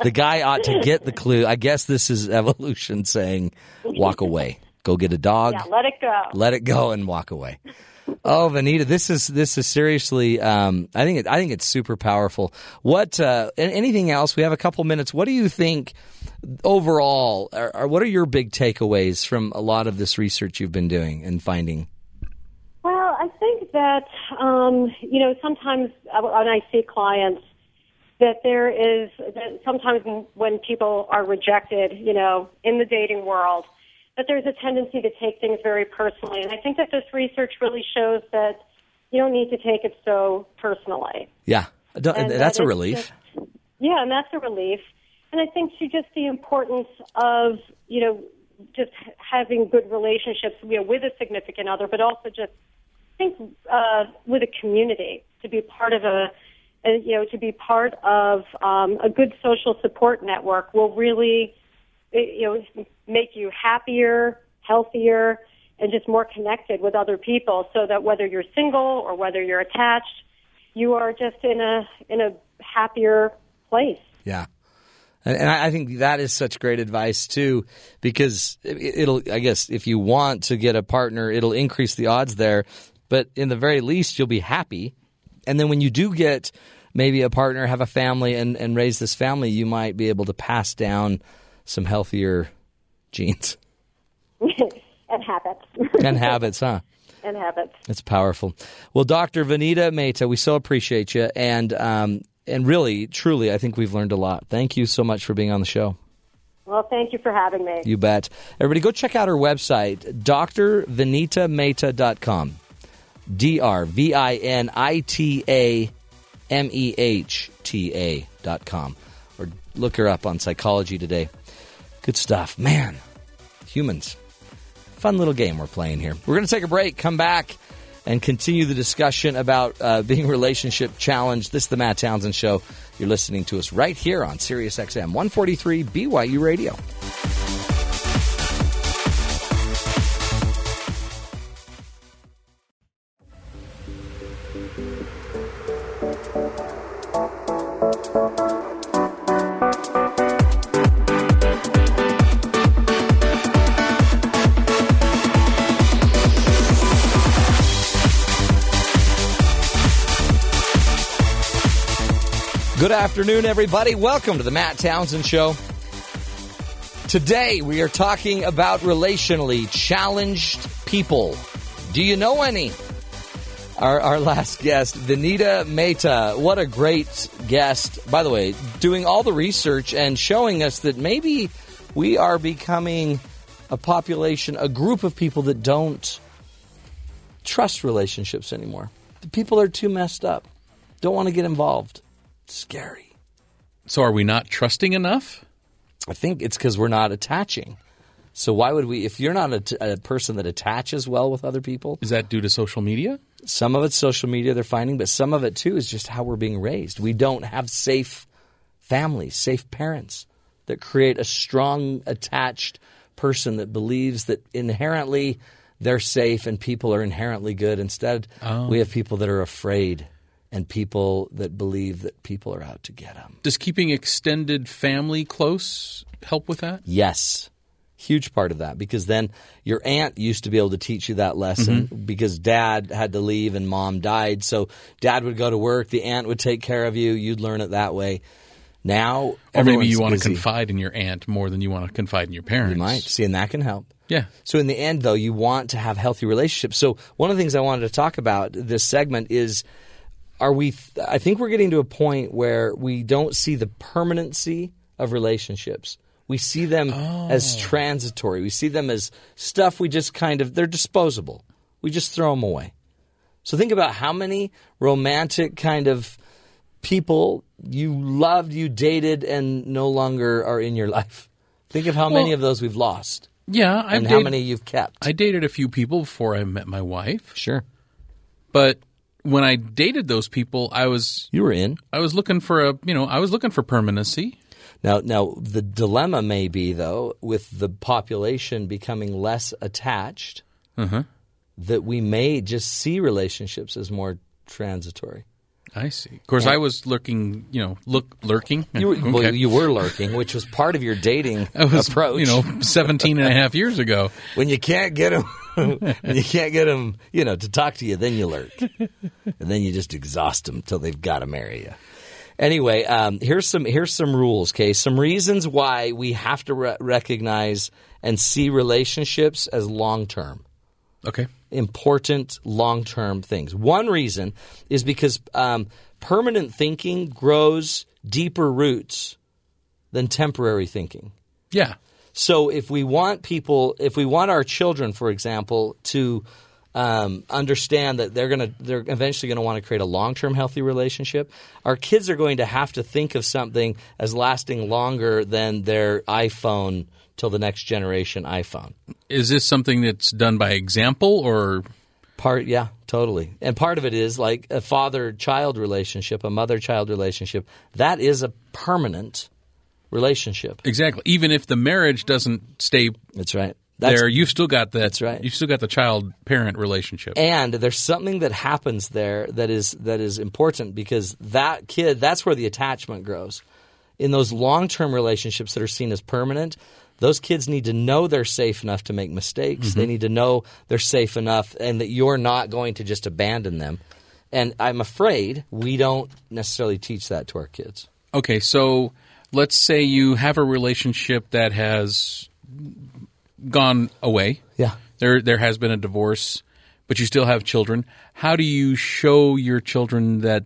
the guy ought to get the clue. I guess this is evolution saying walk away. Go get a dog
Yeah, let it go.
let it go and walk away. Oh, Vanita, this is this is seriously. Um, I think it, I think it's super powerful. What uh, an- anything else? We have a couple minutes. What do you think overall? Are, are, what are your big takeaways from a lot of this research you've been doing and finding?
Well, I think that um, you know sometimes uh, when I see clients that there is that sometimes when people are rejected, you know, in the dating world, that there's a tendency to take things very personally, and I think that this research really shows that you don't need to take it so personally.
Yeah, I don't-
And
that's
that
a
is
relief.
just- yeah, and that's a relief. And I think too, just the importance of you know just h- having good relationships you know, with a significant other, but also just I think uh, with a community to be part of a, a you know to be part of um, a good social support network will really it, you know make you happier, healthier, and just more connected with other people. So that whether you're single or whether you're attached, you are just in a in a happier place.
Yeah. And, and I I think that is such great advice too, because it- it'll, I guess, if you want to get a partner, it'll increase the odds there. But in the very least, you'll be happy. And then when you do get maybe a partner, have a family, and, and raise this family, you might be able to pass down some healthier genes
and habits.
and habits, huh?
and habits.
It's powerful. Well, Dr. Vanita Mehta, we so appreciate you. And, um, and really, truly, I think we've learned a lot. Thank you so much for being on the show.
Well, thank you for having me.
You bet. Everybody, go check out her website, drvinitameta.com. D R V I N I T A M E H T A com, or look her up on Psychology Today. Good stuff. Man, humans. Fun little game we're playing here. We're going to take a break, come back, and continue the discussion about uh, being relationship challenged. This is the Matt Townsend Show. You're listening to us right here on Sirius XM 143 BYU Radio. Good afternoon, everybody. Welcome to the Matt Townsend Show. Today, we are talking about relationally challenged people. Do you know any? Our, our last guest, Vinita Mehta. What a great guest. By the way, doing all the research and showing us that maybe we are becoming a population, a group of people that don't trust relationships anymore. The people are too messed up, don't want to get involved scary.
So are we not trusting enough?
I think it's because we're not attaching. So why would we? If you're not a, t- a person that attaches well with other people,
Is that due to social media?
some of it's social media they're finding, but some of it too is just how we're being raised. We don't have safe families, safe parents that create a strong, attached person that believes that inherently they're safe and people are inherently good. Instead, we have people that are afraid and people that believe that people are out to get them.
Does keeping extended family close help with that?
Yes. Huge part of that because then your aunt used to be able to teach you that lesson
Mm-hmm.
because dad had to leave and mom died. So dad would go to work, the aunt would take care of you, you'd learn it that way. Now,
Or maybe you
want
want to confide in your aunt more than you want to confide in your parents.
You might. See, and that can help.
Yeah.
So in the end, though, you want to have healthy relationships. So one of the things I wanted to talk about this segment is: Are we? I think we're getting to a point where we don't see the permanency of relationships. We see them as transitory. We see them as stuff we just kind of they're disposable. We just throw them away. So think about how many romantic kind of people you loved, you dated, and no longer are in your life. Think of how many of those we've lost
Yeah, I've
and how
dated-
many you've kept.
I dated a few people before I met my wife,
sure.
but when I dated those people, I was
You were in.
I was looking for a you know I was looking for permanency.
Now, now the dilemma may be though with the population becoming less attached,
Uh-huh.
that we may just see relationships as more transitory.
I see. Of course, I was looking you know look lurking.
You were, well,
Okay.
you were lurking, which was part of your dating
I was,
approach.
you know 17 and a half years ago.
when you can't get them, when you can't get 'em, you know, to talk to you, then you lurk, and then you just exhaust them till they've got to marry you. Anyway, um, here's some here's some rules, okay? Some reasons why we have to re- recognize and see relationships as long term
Okay.
important long term things. One reason is because um, permanent thinking grows deeper roots than temporary thinking.
Yeah.
So if we want people, if we want our children, for example, to um, understand that they're gonna, they're eventually gonna want to create a long-term healthy relationship. Our kids are going to have to think of something as lasting longer than their iPhone till the next generation iPhone.
Is this something that's done by example or
Part, yeah, totally. And part of it is like a father child relationship, a mother child relationship. That is a permanent relationship.
exactly? Even if the marriage doesn't stay
That's right. That's,
there, you've still got that.
That's right.
You've still got the child parent relationship.
and there's something that happens there that is that is important because that kid, that's where the attachment grows. In those long-term relationships that are seen as permanent, those kids need to know they're safe enough to make mistakes. They need to know they're safe enough and that you're not going to just abandon them. And I'm afraid we don't necessarily teach that to our kids.
Okay, so let's say you have a relationship that has gone away.
Yeah.
There there has been a divorce, but you still have children. How do you show your children that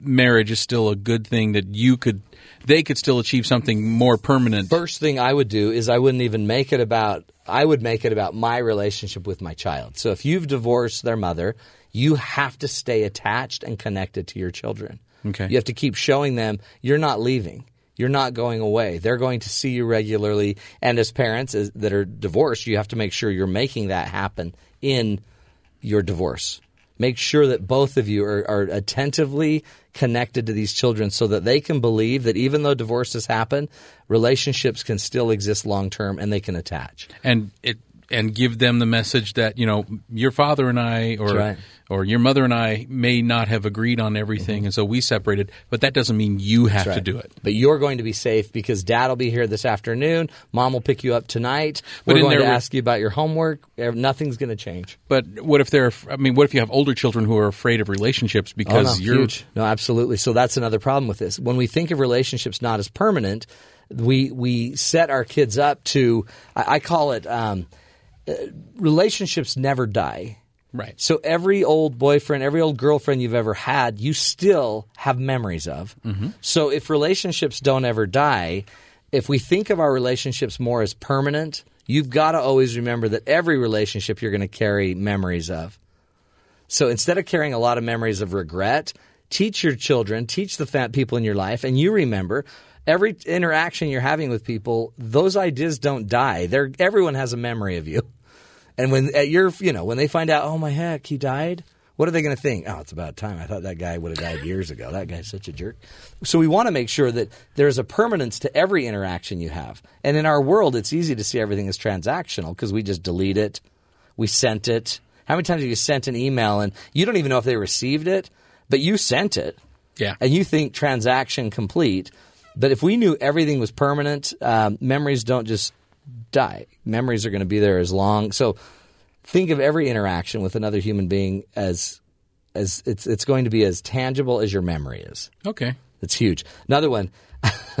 marriage is still a good thing that you could they could still achieve something more permanent?
first thing I would do is I wouldn't even make it about I would make it about my relationship with my child. So if you've divorced their mother, you have to stay attached and connected to your children.
Okay.
You have to keep showing them you're not leaving. You're not going away. They're going to see you regularly. And as parents as, that are divorced, you have to make sure you're making that happen in your divorce. Make sure that both of you are, are attentively connected to these children so that they can believe that even though divorces happen, relationships can still exist long term and they can attach.
and it and give them the message that you know your father and I or
right.
or your mother and I may not have agreed on everything, and so we separated. But that doesn't mean you have
Mm-hmm.
to
Right.
do it.
But you're going to be safe because dad will be here this afternoon. Mom will pick you up tonight.
But
We're
in
going to
their-
ask you about your homework. Eh, Nothing's going to change.
But what if they're? I mean, what if you have older children who are afraid of relationships because
Oh, no,
you're?
huge. No, absolutely. So that's another problem with this. When we think of relationships not as permanent, we we set our kids up to. I, I call it um, uh, relationships never die.
Right.
So every old boyfriend, every old girlfriend you've ever had, you still have memories of. So if relationships don't ever die, if we think of our relationships more as permanent, you've got to always remember that every relationship you're going to carry memories of. So instead of carrying a lot of memories of regret, teach your children, teach the fat people in your life, and you remember every interaction you're having with people, those ideas don't die. They're, everyone has a memory of you. And when at your, you know, when they find out, oh my heck, he died. What are they going to think? Oh, it's about time. I thought that guy would have died years ago. That guy's such a jerk. So we want to make sure that there is a permanence to every interaction you have. And in our world, it's easy to see everything as transactional because we just delete it, we sent it. How many times have you sent an email and you don't even know if they received it, but you sent it?
Yeah.
And you think transaction complete. But if we knew everything was permanent, um, memories don't just die. Memories are going to be there as long. So think of every interaction with another human being as as it's it's going to be as tangible as your memory is.
Okay.
It's huge. Another one.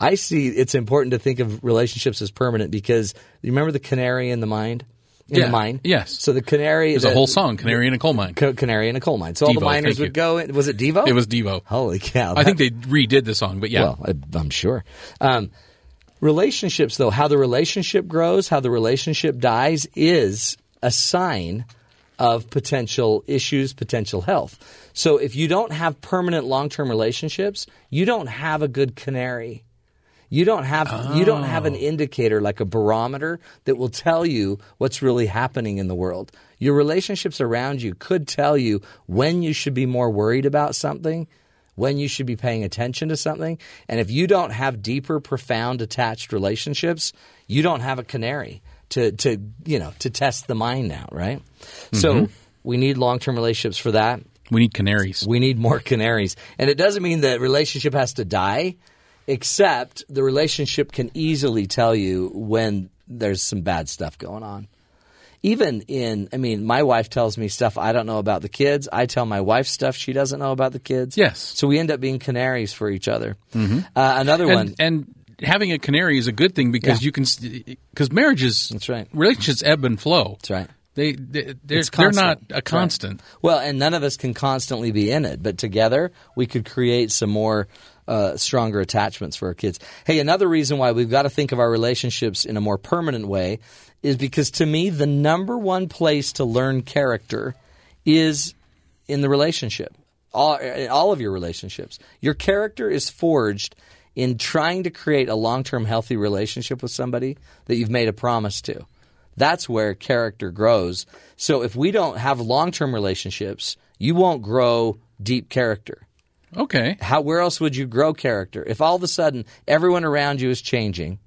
I see it's important to think of relationships as permanent because you remember the canary in the mind? In
Yeah.
the mine?
Yes.
So the canary
There's a whole song, "Canary in a Coal Mine."
ca- canary in a coal mine. So all the
Devo,
miners
thank you.
would go in, was it Devo?
It was Devo.
Holy cow.
I
that-
think they redid the song, but yeah.
well, I, I'm sure. Um, relationships, though, how the relationship grows, how the relationship dies, is a sign of potential issues, potential health. So if you don't have permanent long term relationships, you don't have a good canary. You don't have you don't have an indicator like a barometer that will tell you what's really happening in the world. Your relationships around you could tell you when you should be more worried about something, when you should be paying attention to something, and if you don't have deeper profound attached relationships, you don't have a canary to to you know, to test the mind out, right? So we need long-term relationships for that.
we need canaries.
We need more canaries. And it doesn't mean that relationship has to die, except the relationship can easily tell you when there's some bad stuff going on. Even in, I mean, my wife tells me stuff I don't know about the kids. I tell my wife stuff she doesn't know about the kids.
Yes. Mm-hmm.
So we end up being canaries for each other. Uh, another one.
and, and having a canary is a good thing because
Yeah.
you can because marriages
That's right.
relationships ebb and flow
That's right.
they, they they're,
It's
they're
constant.
not
That's
a
right.
constant
Well, and none of us can constantly be in it, but together we could create some more uh, stronger attachments for our kids. Hey, another reason why we've got to think of our relationships in a more permanent way is because to me, the number one place to learn character is in the relationship, all, in all of your relationships. Your character is forged in trying to create a long term healthy relationship with somebody that you've made a promise to. That's where character grows. So if we don't have long term relationships, you won't grow deep character.
okay
How where else would you grow character? If all of a sudden everyone around you is changing,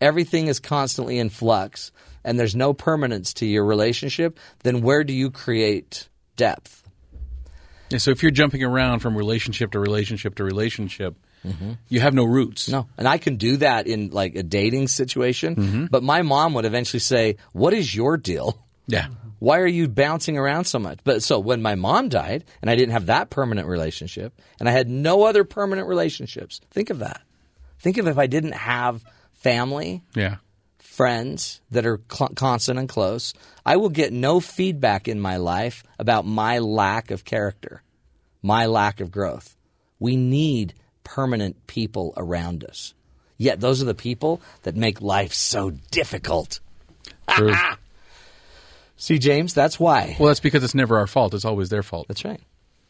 everything is constantly in flux, and there's no permanence to your relationship, then where do you create depth?
Yeah, so if you're jumping around from relationship to relationship to relationship you have no roots
Mm-hmm. No. And I can do that in like a dating situation, but my mom would eventually say, "What is your deal?"
yeah
why are you bouncing around so much? But so when my mom died and I didn't have that permanent relationship and I had no other permanent relationships, think of that. Think of if I didn't have family,
yeah
friends that are cl- constant and close, I will get no feedback in my life about my lack of character, my lack of growth. We need permanent people around us. Yet those are the people that make life so difficult.
True.
See, James, that's why.
well that's because it's never our fault it's always their fault
That's right.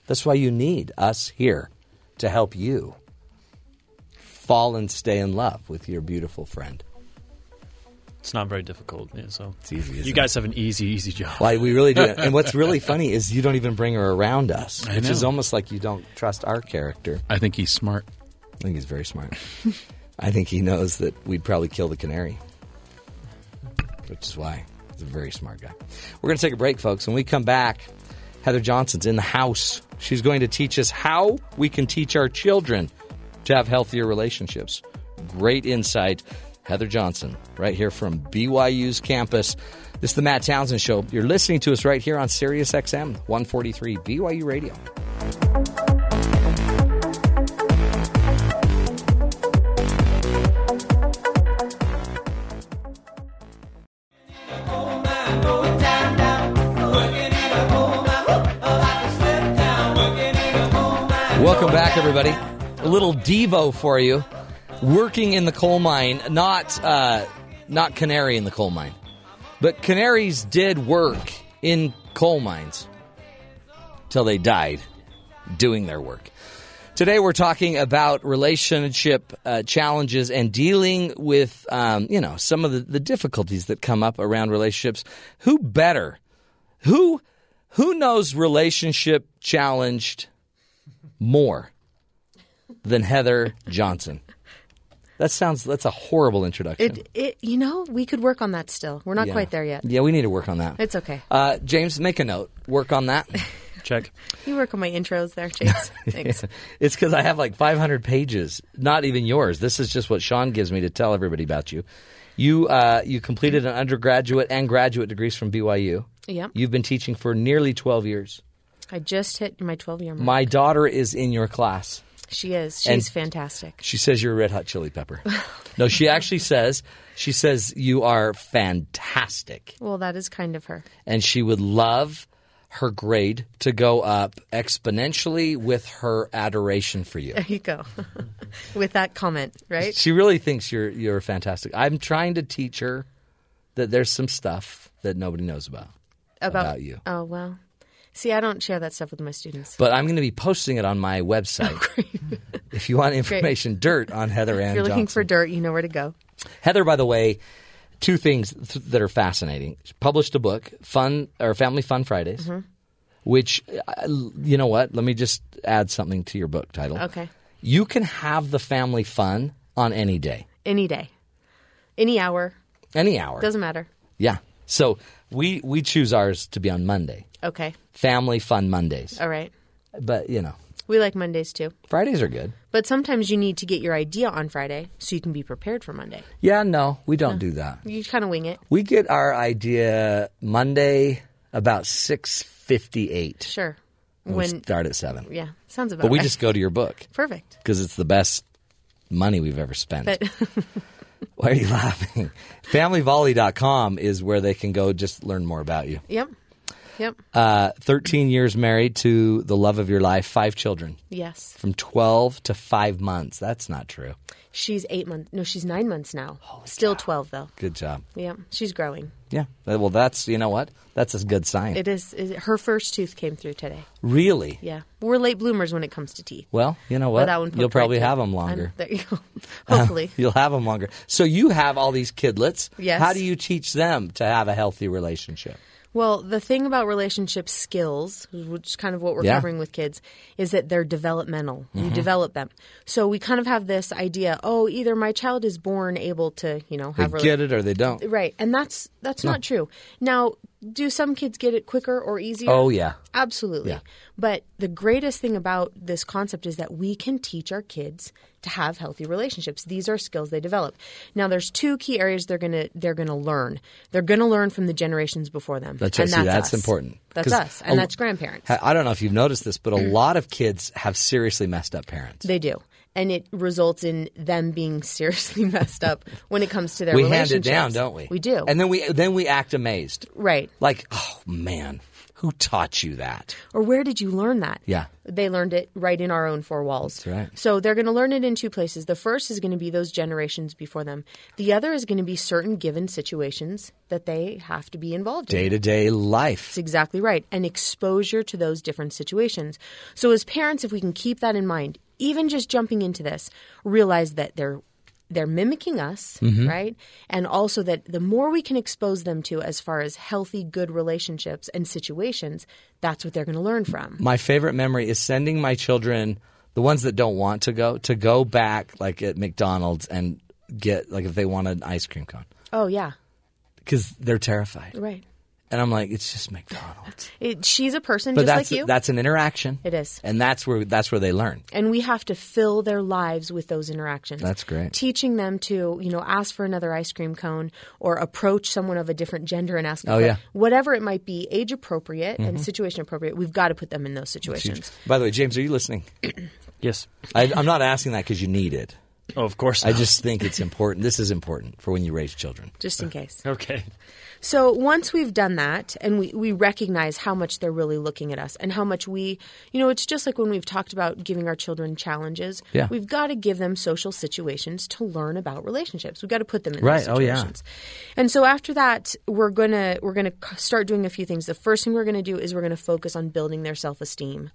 That's why you need us here. to help you fall and stay in love with your beautiful friend.
It's not very difficult. Yeah, so
It's easy. Isn't
you guys have an easy, easy job.
it? like we really do. And what's really funny is you don't even bring her around us, which is
know.
almost like you don't trust our character.
I think he's smart.
I think he's very smart. I think he knows that we'd probably kill the canary, which is why he's a very smart guy. We're going to take a break, folks. When we come back, Heather Johnson's in the house. She's going to teach us how we can teach our children to have healthier relationships. Great insight. Heather Johnson, right here from BYU's campus. This is the Matt Townsend Show. You're listening to us right here on Sirius XM 143 BYU Radio. Welcome back, everybody. A little Devo for you. Working in the coal mine, not uh, not canary in the coal mine, but canaries did work in coal mines till they died doing their work. Today we're talking about relationship uh, challenges and dealing with um, you know some of the, the difficulties that come up around relationships. Who better? Who who knows relationship challenged more than Heather Johnson. That sounds that's a horrible introduction.
It, it, you know, we could work on that still. We're not
Yeah.
quite there yet.
Yeah, we need to work on that.
It's okay.
Uh, James, make a note. Work on that.
Check.
You work on my intros there, Chase. Thanks.
it's because I have like 500 pages, not even yours. This is just what Sean gives me to tell everybody about you. You uh, you completed an undergraduate and graduate degrees from BYU.
Yep.
You've been teaching for nearly 12 years.
I just hit my 12 year mark.
My daughter is in your class.
she is. She's
And-
fantastic.
She says you're a red hot chili pepper. no, she actually says she says you are fantastic.
Well, that is kind of her.
And she would love her grade to go up exponentially with her adoration for you.
There you go. With that comment, right?
She really thinks you're you're fantastic. I'm trying to teach her that there's some stuff that nobody knows about. about you.
Oh, well. See, I don't share that stuff with my students.
But I'm going to be posting it on my website. if you want information dirt on Heather Ann
Oh, if you're looking
Johnson.
for dirt, you know where to go.
Heather, by the way, two things th- that are fascinating. She published a book, Fun or Family Fun Fridays,
Mm-hmm.
which uh, you know what? Let me just add something to your book title.
Okay.
You can have the family fun on any day,
Any day, any hour,
any hour.
doesn't matter.
yeah. So we we choose ours to be on Monday.
Okay.
Family Fun Mondays.
All right.
But, you know,
We like Mondays too.
Fridays are good.
But sometimes you need to get your idea on Friday so you can be prepared for Monday.
Yeah, no, we don't do that.
You kind of wing it.
We get our idea Monday about 6:58.
Sure.
and we
When
start at 7.
yeah, sounds about
But we
right.
just go to your book
perfect.
because it's the best money we've ever spent.
But
Why are you laughing? FamilyVolley.com is where they can go just learn more about you.
yep. Yep.
Uh, 13 years married to the love of your life, five children
yes.
from 12 to five months. That's not true.
She's 8 months. No, she's 9 months now. Still 12 though.
Good job.
Yeah. She's growing.
Yeah. Uh, Well, that's, you know what? That's a good sign.
It is, is her first tooth came through today.
really?
Yeah. We're late bloomers when it comes to teeth.
Well, you know
But
what?
that one
You'll
poked right
probably
through.
have them
I'm-
longer. Uh-huh.
there you go. Hopefully.
You'll have them longer. So you have all these kidlets.
Yes.
How do you teach them to have a healthy relationship?
Well, the thing about relationship skills, which is kind of what we're
Yeah. Mm-hmm.
covering with kids, is that they're developmental. You develop them. So we kind of have this idea, oh, either my child is born able to, you know,
They
have rela-
get it or they don't.
Right. And that's that's not true. Now, do some kids get it quicker or easier?
Oh, yeah.
Absolutely.
Yeah.
But the greatest thing about this concept is that we can teach our kids to have healthy relationships. These are skills they develop. Now there's two key areas they're going to they're going to learn. They're going to learn from the generations before them.
That's right.
and
See,
that's
that's
us.
important.
That's
'Cause
us and
a-
that's grandparents.
I I don't know if you've noticed this, but a lot of kids have seriously messed up parents.
they do. And it results in them being seriously messed up when it comes to their
we hand it
relationships.
down, don't we?
We do.
And then we then we act amazed.
right.
Like, oh man, Who taught you that?
Or where did you learn that?
Yeah.
They learned it right in our own four walls.
That's right.
So they're going to learn it in two places. The first is going to be those generations before them. The other is going to be certain given situations that they have to be involved in.
Day to day life.
That's exactly right. And exposure to those different situations. So, as parents, if we can keep that in mind, even just jumping into this, realize that they're they're mimicking us,
Mm-hmm.
right? And also that the more we can expose them to as far as healthy, good relationships and situations, that's what they're going to learn from.
my favorite memory is sending my children, the ones that don't want to go, to go back like at McDonald's and get like if they want an ice cream cone
Oh yeah,
because they're terrified.
right.
And I'm like, it's just McDonald's,
It, she's a person
but
just
that's
like you.
that's an interaction.
It is.
and that's where that's where they learn.
and we have to fill their lives with those interactions.
That's great.
Teaching them to, you know, ask for another ice cream cone or approach someone of a different gender and ask them,
Oh,
for-
yeah. Mm-hmm.
whatever it might be, age appropriate and situation appropriate, we've got to put them in those situations.
By the way, James, are you listening?
Yes.
I, I'm not asking that because you need it.
Oh, of course.
I just think it's important. This is important for when you raise children.
Just in case.
okay.
So once we've done that and we, we recognize how much they're really looking at us and how much we, you know, it's just like when we've talked about giving our children challenges.
Yeah.
We've got to give them social situations to learn about relationships. We've got to put them in
Right.
those
Oh, yeah.
situations. And so after that, we're going to we're going to start doing a few things. The first thing we're going to do is we're going to focus on building their self-esteem.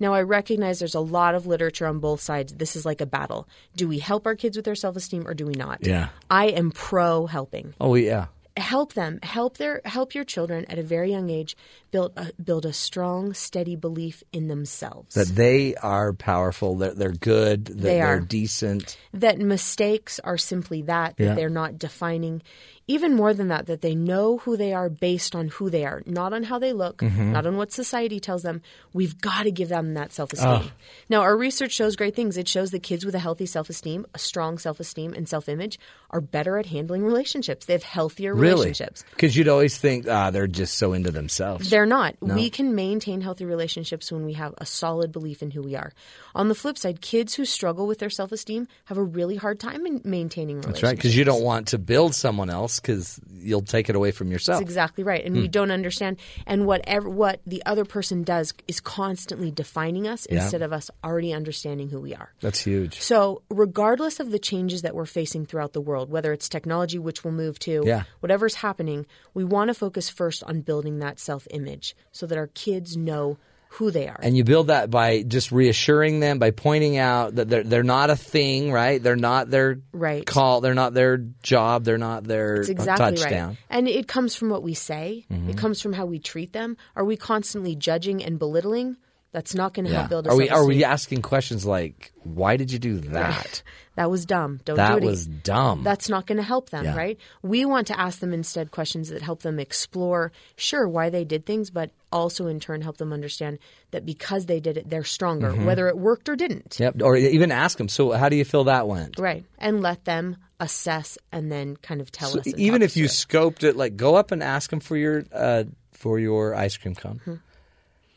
Now, I recognize there's a lot of literature on both sides. This is like a battle. Do we help our kids with their self-esteem or do we not?
Yeah.
I am pro helping
Oh yeah,
help them help their help your children at a very young age build a, build a strong steady belief in themselves
that
that,
they are powerful. They're they're good. That
They
are
are.
decent.
mistakes are simply that that
Yeah.
they're not defining even more than that that they know who they are based on who they are not on how they look not on what society tells them we've got to give them that self-esteem now our research shows great things it shows that kids with a healthy self-esteem a strong self-esteem and self-image are better at handling relationships they have healthier relationships
Because you'd always think ah, they're just so into themselves.
They're not. We can maintain healthy relationships when we have a solid belief in who we are. On the flip side, kids who struggle with their self esteem have a really hard time in maintaining relationships.
That's right, because you don't want to build someone else because you'll take it away from yourself.
That's exactly right. And
Hmm.
we don't understand. And whatever what the other person does is constantly defining us
Yeah.
instead of us already understanding who we are.
That's huge.
So, regardless of the changes that we're facing throughout the world, whether it's technology, which we'll move to,
Yeah.
whatever's happening, we want to focus first on building that self image so that our kids know who they are.
And you build that by just reassuring them, by pointing out that they're they're not a thing, right? They're not their
Right.
call, they're not their job, they're not their
That's exactly
touchdown. Mm-hmm.
right. And it comes from what we say. It comes from how we treat them. Are we constantly judging and belittling? That's not going to help build a
Are we are we
self-esteem.
asking questions like, "Why did you do that?
That was dumb. Don't do it.
that
again.
was dumb."
That's not going to help them,
Yeah.
right? We want to ask them instead questions that help them explore, sure, why they did things, but also in turn help them understand that because they did it, they're stronger,
Mm-hmm.
whether it worked or didn't.
yep. Or even ask them. So, how do you feel that went?
Right. And let them assess and then kind of tell
So
us. and
even
talk
if
us
you
through it.
scoped it, like go up and ask them for your uh, for your ice cream cone,
Hmm.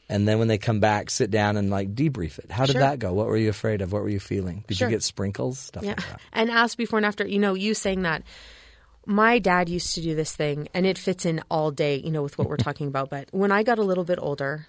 and then when they come back, sit down and like debrief it. How did that go? What were you afraid of? What were you feeling? Did
Sure.
you get sprinkles? Stuff like that.
And ask before and after. You know, you saying that. My dad used to do this thing, and it fits in all day, you know, with what we're talking about. But when I got a little bit older,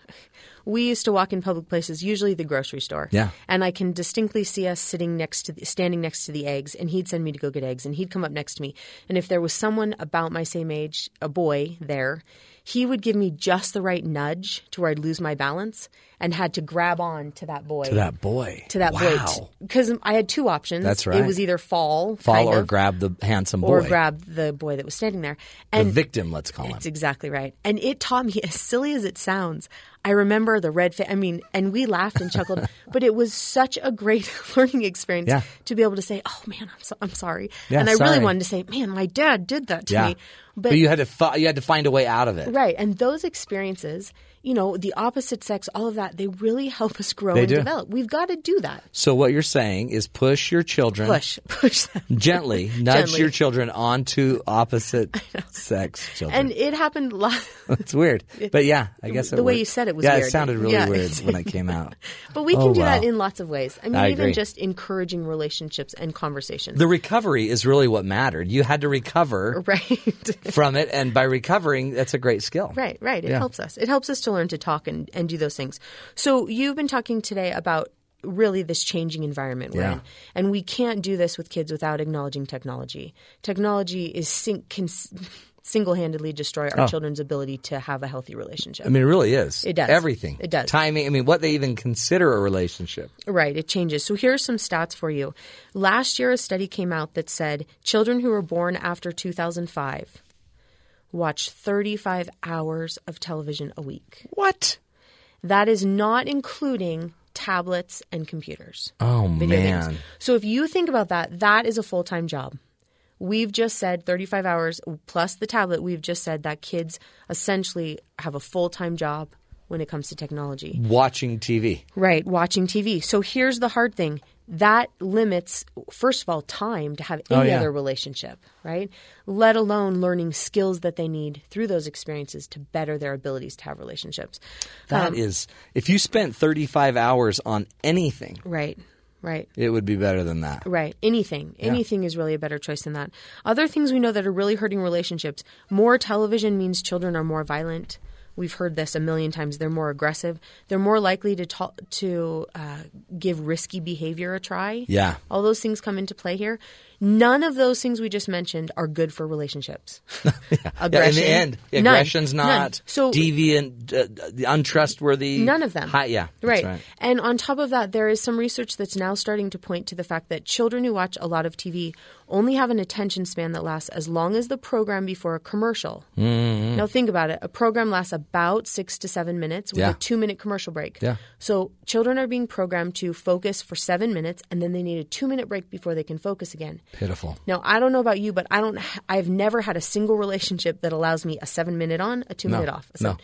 we used to walk in public places, usually the grocery store.
Yeah.
And I can distinctly see us sitting next to, the, standing next to the eggs, and he'd send me to go get eggs, and he'd come up next to me. And if there was someone about my same age, a boy there, he would give me just the right nudge to where I'd lose my balance and had to grab on to that boy
To that boy.
to that
wow.
point because I had two options.
That's
It
right.
was either fall,
Fall
kind
or
of,
grab the handsome boy.
or grab the boy that was standing there.
the
And
victim. Let's call him.
that's exactly right. And it taught me, as silly as it sounds, I remember the red face. I mean, and we laughed and chuckled, but it was such a great learning experience
Yeah.
to be able to say, "Oh man, I'm so, I'm sorry,"
Yeah,
and I
sorry.
really wanted to say, "Man, my dad did that to
Yeah.
me."
But, you had to fi- you had to find a way out of it.
Right. And those experiences, you know, the opposite sex, all of that, they really help us grow
They
and
do.
develop. We've got to do that.
So what you're saying is push your children
Push, push them.
gently, nudge
Gently.
your children onto opposite sex children.
And it happened. Lo-
It's weird, but yeah, I guess it
the way
worked.
you said it was
yeah, it
weird.
sounded really
Yeah.
weird when it came out.
But we can
Oh,
do that
wow.
in lots of ways. I mean,
I
even
agree.
just encouraging relationships and conversations.
The recovery is really what mattered. You had to recover
right.
from it, and by recovering, that's a great skill.
right, right. It
Yeah.
helps us. It helps us to to learn to talk and, and do those things. So you've been talking today about really this changing environment we're
Yeah.
in. And we can't do this with kids without acknowledging technology. Technology is sing- can s- single-handedly destroy
Oh.
our children's ability to have a healthy relationship.
I mean, it really is.
It does.
Everything.
It does.
Timing. I mean, what they even consider a relationship.
Right, it changes. So here are some stats for you. Last year, a study came out that said children who were born after 2005 watch 35 hours of television a week.
What?
That is not including tablets and computers.
Oh,
video
man.
games. So if you think about that, that is a full time job. We've just said 35 hours plus the tablet, we've just said that kids essentially have a full time job when it comes to technology.
Watching TV.
Right, watching TV. So here's the hard thing. That limits, first of all, time to have any
yeah.
other relationship, right? Let alone learning skills that they need through those experiences to better their abilities to have relationships. Um,
That is. If you spent 35 hours on anything,
Right, right.
it would be better than that.
Right. Anything. Anything is really a better choice than that. Other things we know that are really hurting relationships. More television means children are more violent. We've heard this a million times. They're more aggressive. They're more likely to ta- to uh, give risky behavior a try.
Yeah.
All those things come into play here. None of those things we just mentioned are good for relationships.
Yeah, in
Aggression.
the end,
None.
aggression's
None.
not
So
deviant, uh, uh, untrustworthy.
None of them.
Hi- yeah, that's
Right.
right.
And on top of that, there is some research that's now starting to point to the fact that children who watch a lot of TV only have an attention span that lasts as long as the program before a commercial.
Mm-hmm.
Now, think about it. A program lasts about six to seven minutes with
Yeah.
a two minute commercial break.
Yeah.
So, children are being programmed to focus for seven minutes and then they need a two minute break before they can focus again.
Pitiful.
Now, I don't know about you, but I don't. I've never had a single relationship that allows me a seven minute on, a two minute off. So,
no.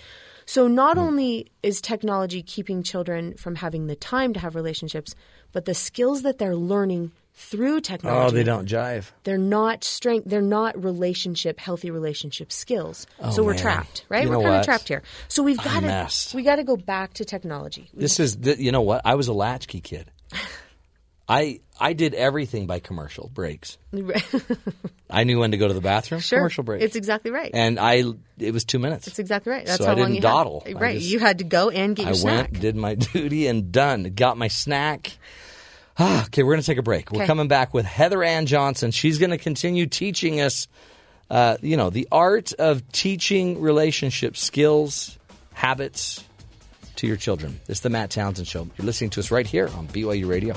so not only is technology keeping children from having the time to have relationships, but the skills that they're learning through
Oh,
technology,
they don't jive.
they're not strength. They're not relationship, healthy relationship skills. so we're
Oh, man.
trapped, right?
You know
we're kind
what?
of trapped here. So we've got
mess.
to we got to go back to technology. We-
This is, th- you know what? I was a latchkey kid. I I did everything by commercial breaks. I knew when to go to the bathroom.
sure,
Commercial break.
It's exactly right.
and I it was two minutes.
That's exactly right. That's
so
how
I
long
didn't
you
dawdle.
Had,
I
right,
just-
you had to go and get your
I
snack.
went, did my duty, and done. Got my snack. Ah, okay, we're going to take a break. We're
Okay.
coming back with Heather Ann Johnson. She's going to continue teaching us, uh, you know, the art of teaching relationship skills, habits to your children. It's the Matt Townsend Show. You're listening to us right here on BYU Radio.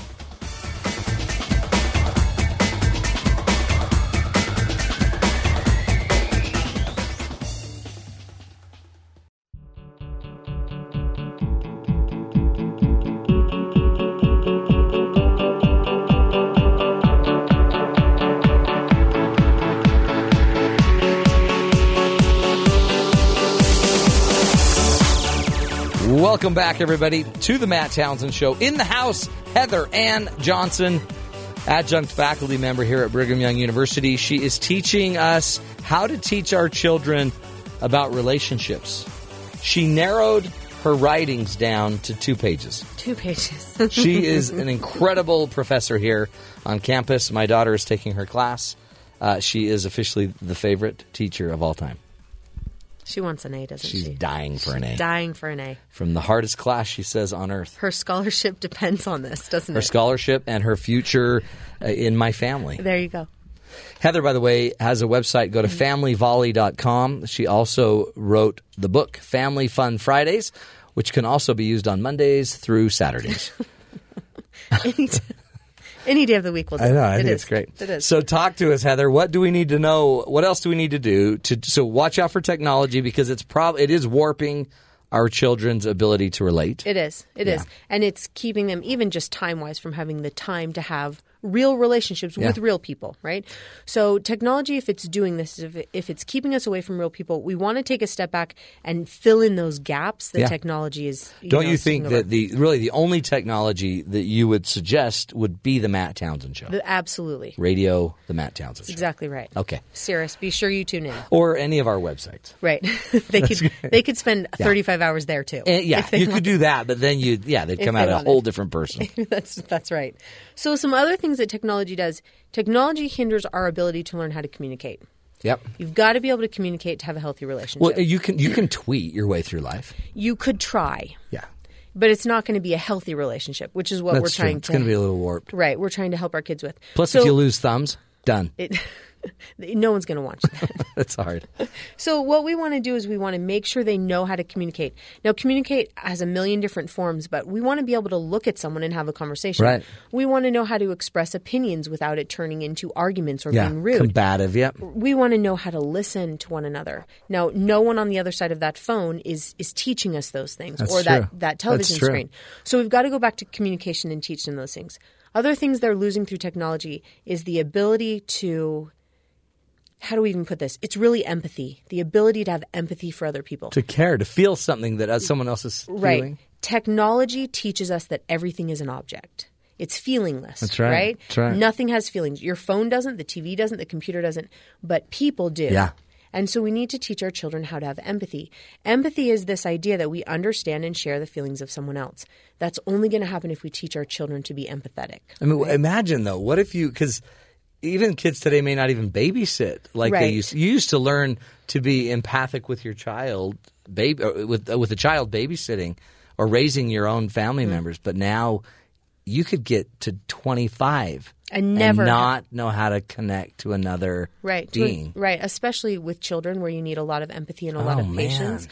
Welcome back, everybody, to the Matt Townsend Show. In the house, Heather Ann Johnson, adjunct faculty member here at Brigham Young University. She is teaching us how to teach our children about relationships. She narrowed her writings down to two pages.
Two pages.
She is an incredible professor here on campus. My daughter is taking her class. Uh, she is officially the favorite teacher of all time.
she wants an A, doesn't
She's
she?
dying for an A.
Dying for an A.
From the hardest class, she says, on earth.
Her scholarship depends on this, doesn't
her
it?
scholarship and her future uh, in my family.
there you go.
Heather, by the way, has a website. Go to familyvolley.com. She also wrote the book, Family Fun Fridays, which can also be used on Mondays through Saturdays.
Any, t- any day of the week will do. It is. It is.
So, talk to us, Heather. What do we need to know? What else do we need to do to so watch out for technology because it's prob it is warping our children's ability to relate.
It is. It is. And it's keeping them, even just time wise, from having the time to have real relationships with real people, right? So, technology, if it's doing this, if, it- if it's keeping us away from real people, we want to take a step back and fill in those gaps that
Yeah.
technology is.
Don't
know,
you think
taking over.
that the really the only technology that you would suggest would be the Matt Townsend show?
The- absolutely.
radio, the Matt Townsend show.
Exactly right.
Okay.
Cirrus, be sure you tune in.
Or any of our websites.
Right. they could they could spend 35 hours there too.
Eh, yeah, you could do that, but then you yeah, they'd come
they
out a
want
whole
it.
different person.
that's that's right. So some other things that technology does. Technology hinders our ability to learn how to communicate.
Yep.
You've got to be able to communicate to have a healthy relationship.
Well, you can you can tweet your way through life.
you could try,
Yeah,
but it's not going to be a healthy relationship, which is what
that's
we're
true.
trying
It's
to
going to be a little warped.
right. We're trying to help our kids with.
Plus,
So
if you lose thumbs, done.
it, no one's going to watch that.
That's hard.
So what we want to do is we want to make sure they know how to communicate. Now communicate has a million different forms, but we want to be able to look at someone and have a conversation.
Right.
We want to know how to express opinions without it turning into arguments or
Yeah,
being rude.
combative. Yep.
we want to know how to listen to one another. Now, no one on the other side of that phone is is teaching us those things
That's
or
true.
that that television
That's true.
screen. So we've got to go back to communication and teach them those things. Other things they're losing through technology is the ability to how do we even put this? It's really empathy. The ability to have empathy for other people.
To care, to feel something that uh, someone else is
right.
feeling.
Technology teaches us that everything is an object. It's feelingless.
That's right.
Right?
That's right.
Nothing has feelings. Your phone doesn't, the TV doesn't, the computer doesn't, but people do.
Yeah.
And so we need to teach our children how to have empathy. Empathy is this idea that we understand and share the feelings of someone else. That's only going to happen if we teach our children to be empathetic.
I mean, imagine though, what if you because even kids today may not even babysit like they
Right.
used. You used to learn to be empathic with your child, baby, or with uh, with a child babysitting or raising your own family
Mm-hmm.
members, but now you could get to twenty five
And never-
not know how to connect to another
right to-
being.
right especially with children where you need a lot of empathy and a lot
Oh,
of
man.
patience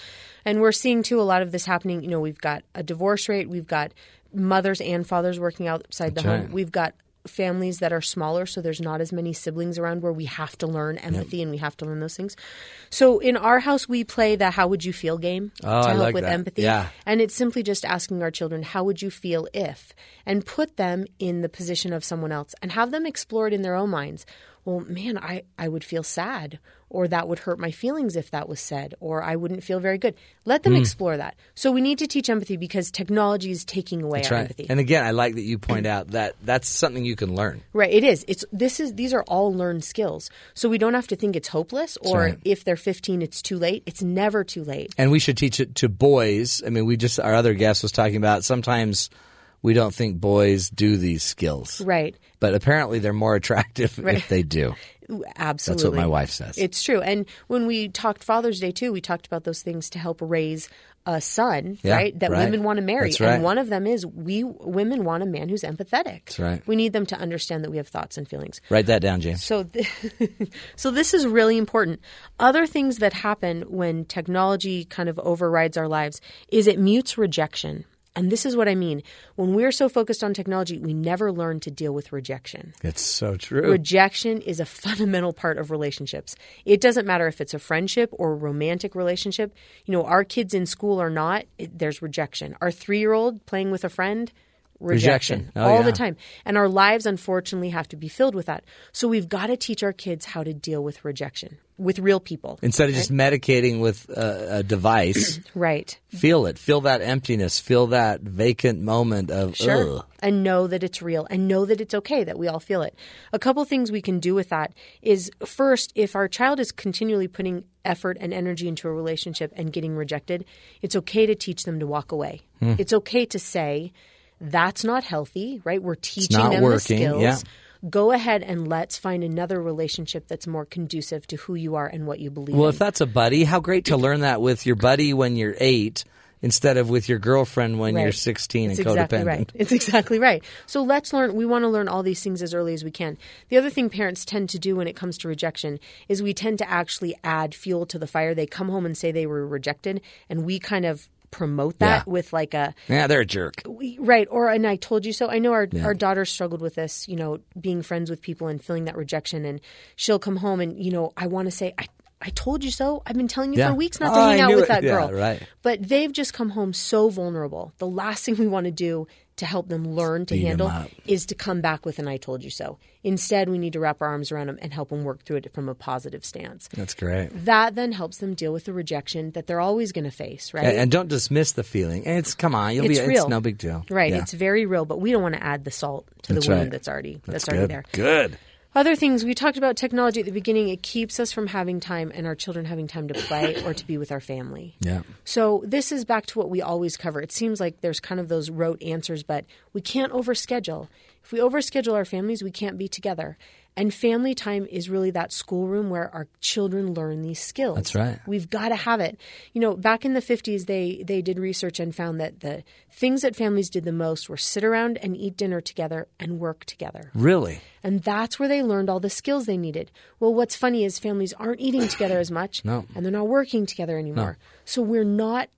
and we're seeing too a lot of this happening you know we've got a divorce rate we've got mothers and fathers working outside the home
right.
we've got families that are smaller so there's not as many siblings around where we have to learn empathy and we have to learn those things so in our house we play the how would you feel game
Oh, I
to help
like
with
that.
empathy
Yeah.
and it's simply just asking our children, how would you feel if? And put them in the position of someone else and have them explore it in their own minds. Well, man, I, I would feel sad, or that would hurt my feelings if that was said, or I wouldn't feel very good. Let
Hmm.
them explore that. So we need to teach empathy because technology is taking away
That's
our
right.
empathy.
And again, I like that you point out that that's something you can learn.
Right, it is. It's this is these are all learned skills. So we don't have to think it's hopeless or
right.
if they're 15 it's too late. It's never too late.
and we should teach it to boys. I mean, we just our other guest was talking about sometimes we don't think boys do these skills,
Right.
But apparently, they're more attractive if they do.
Absolutely.
my wife says.
It's true. And when we talked Father's Day too, we talked about those things to help raise a son,
Yeah,
right? That
right.
women want to marry.
That's right.
And one of them is we women want a man who's empathetic. That's
right.
We need them to understand that we have thoughts and feelings.
Write that down, James.
So, th- so this is really important. Other things that happen when technology kind of overrides our lives is it mutes rejection. And this is what I mean. When we're so focused on technology, we never learn to deal with rejection.
It's so true.
Rejection is a fundamental part of relationships. It doesn't matter if it's a friendship or a romantic relationship. You know, our kids in school or not, it, there's rejection. Our three year old playing with a friend, rejection,
Rejection. Oh,
all
yeah.
the time. And our lives, unfortunately, have to be filled with that. So we've got to teach our kids how to deal with rejection with real people.
Instead of just medicating with a, a device,
right.
feel it. Feel that emptiness. Feel that vacant moment of
Sure.
ugh.
And know that it's real and know that it's okay that we all feel it. A couple things we can do with that is first, if our child is continually putting effort and energy into a relationship and getting rejected, it's okay to teach them to walk away.
Hmm.
It's okay to say, that's not healthy, right? We're teaching
not
them
working,
the skills.
yeah.
Go ahead and let's find another relationship that's more conducive to who you are and what you believe
Well,
in.
if that's a buddy, how great to learn that with your buddy when you're eight instead of with your girlfriend when you're
Right.
16
It's
and
exactly
codependent.
Right. It's exactly right. So let's learn. We want to learn all these things as early as we can. The other thing parents tend to do when it comes to rejection is we tend to actually add fuel to the fire. They come home and say they were rejected, and we kind of promote that
Yeah.
with like a
Yeah, they're a jerk.
we- right or and i told you so i know our, our daughter struggled with this you know being friends with people and feeling that rejection and she'll come home and you know i want to say i I told you so. I've been telling you
Yeah.
for weeks not
Oh,
to hang
I
out
knew
with
it.
that
Yeah,
girl.
right.
But they've just come home so vulnerable. The last thing we want to do to help them learn to
Beat 'em
handle
up.
is to come back with an I told you so. Instead, we need to wrap our arms around them and help them work through it from a positive stance.
That's great.
That then helps them deal with the rejection that they're always going to face, right?
And, and don't dismiss the feeling. It's come on, you'll
it's
be.
real.
It's no big deal,
Right.
Yeah.
It's very real, but we don't want to add the salt to
That's
the wound
right.
that's already that's, already there.
Good.
Other things we talked about technology at the beginning, it keeps us from having time and our children having time to play or to be with our family.
Yeah.
So this is back to what we always cover. It seems like there's kind of those rote answers, but we can't overschedule. If we overschedule our families, we can't be together. And family time is really that schoolroom where our children learn these skills.
That's right.
We've got to have it. You know, back in the 50s, they, they did research and found that the things that families did the most were sit around and eat dinner together and work together.
Really?
And that's where they learned all the skills they needed. Well, what's funny is families aren't eating together as much
No.
and they're not working together anymore. So we're not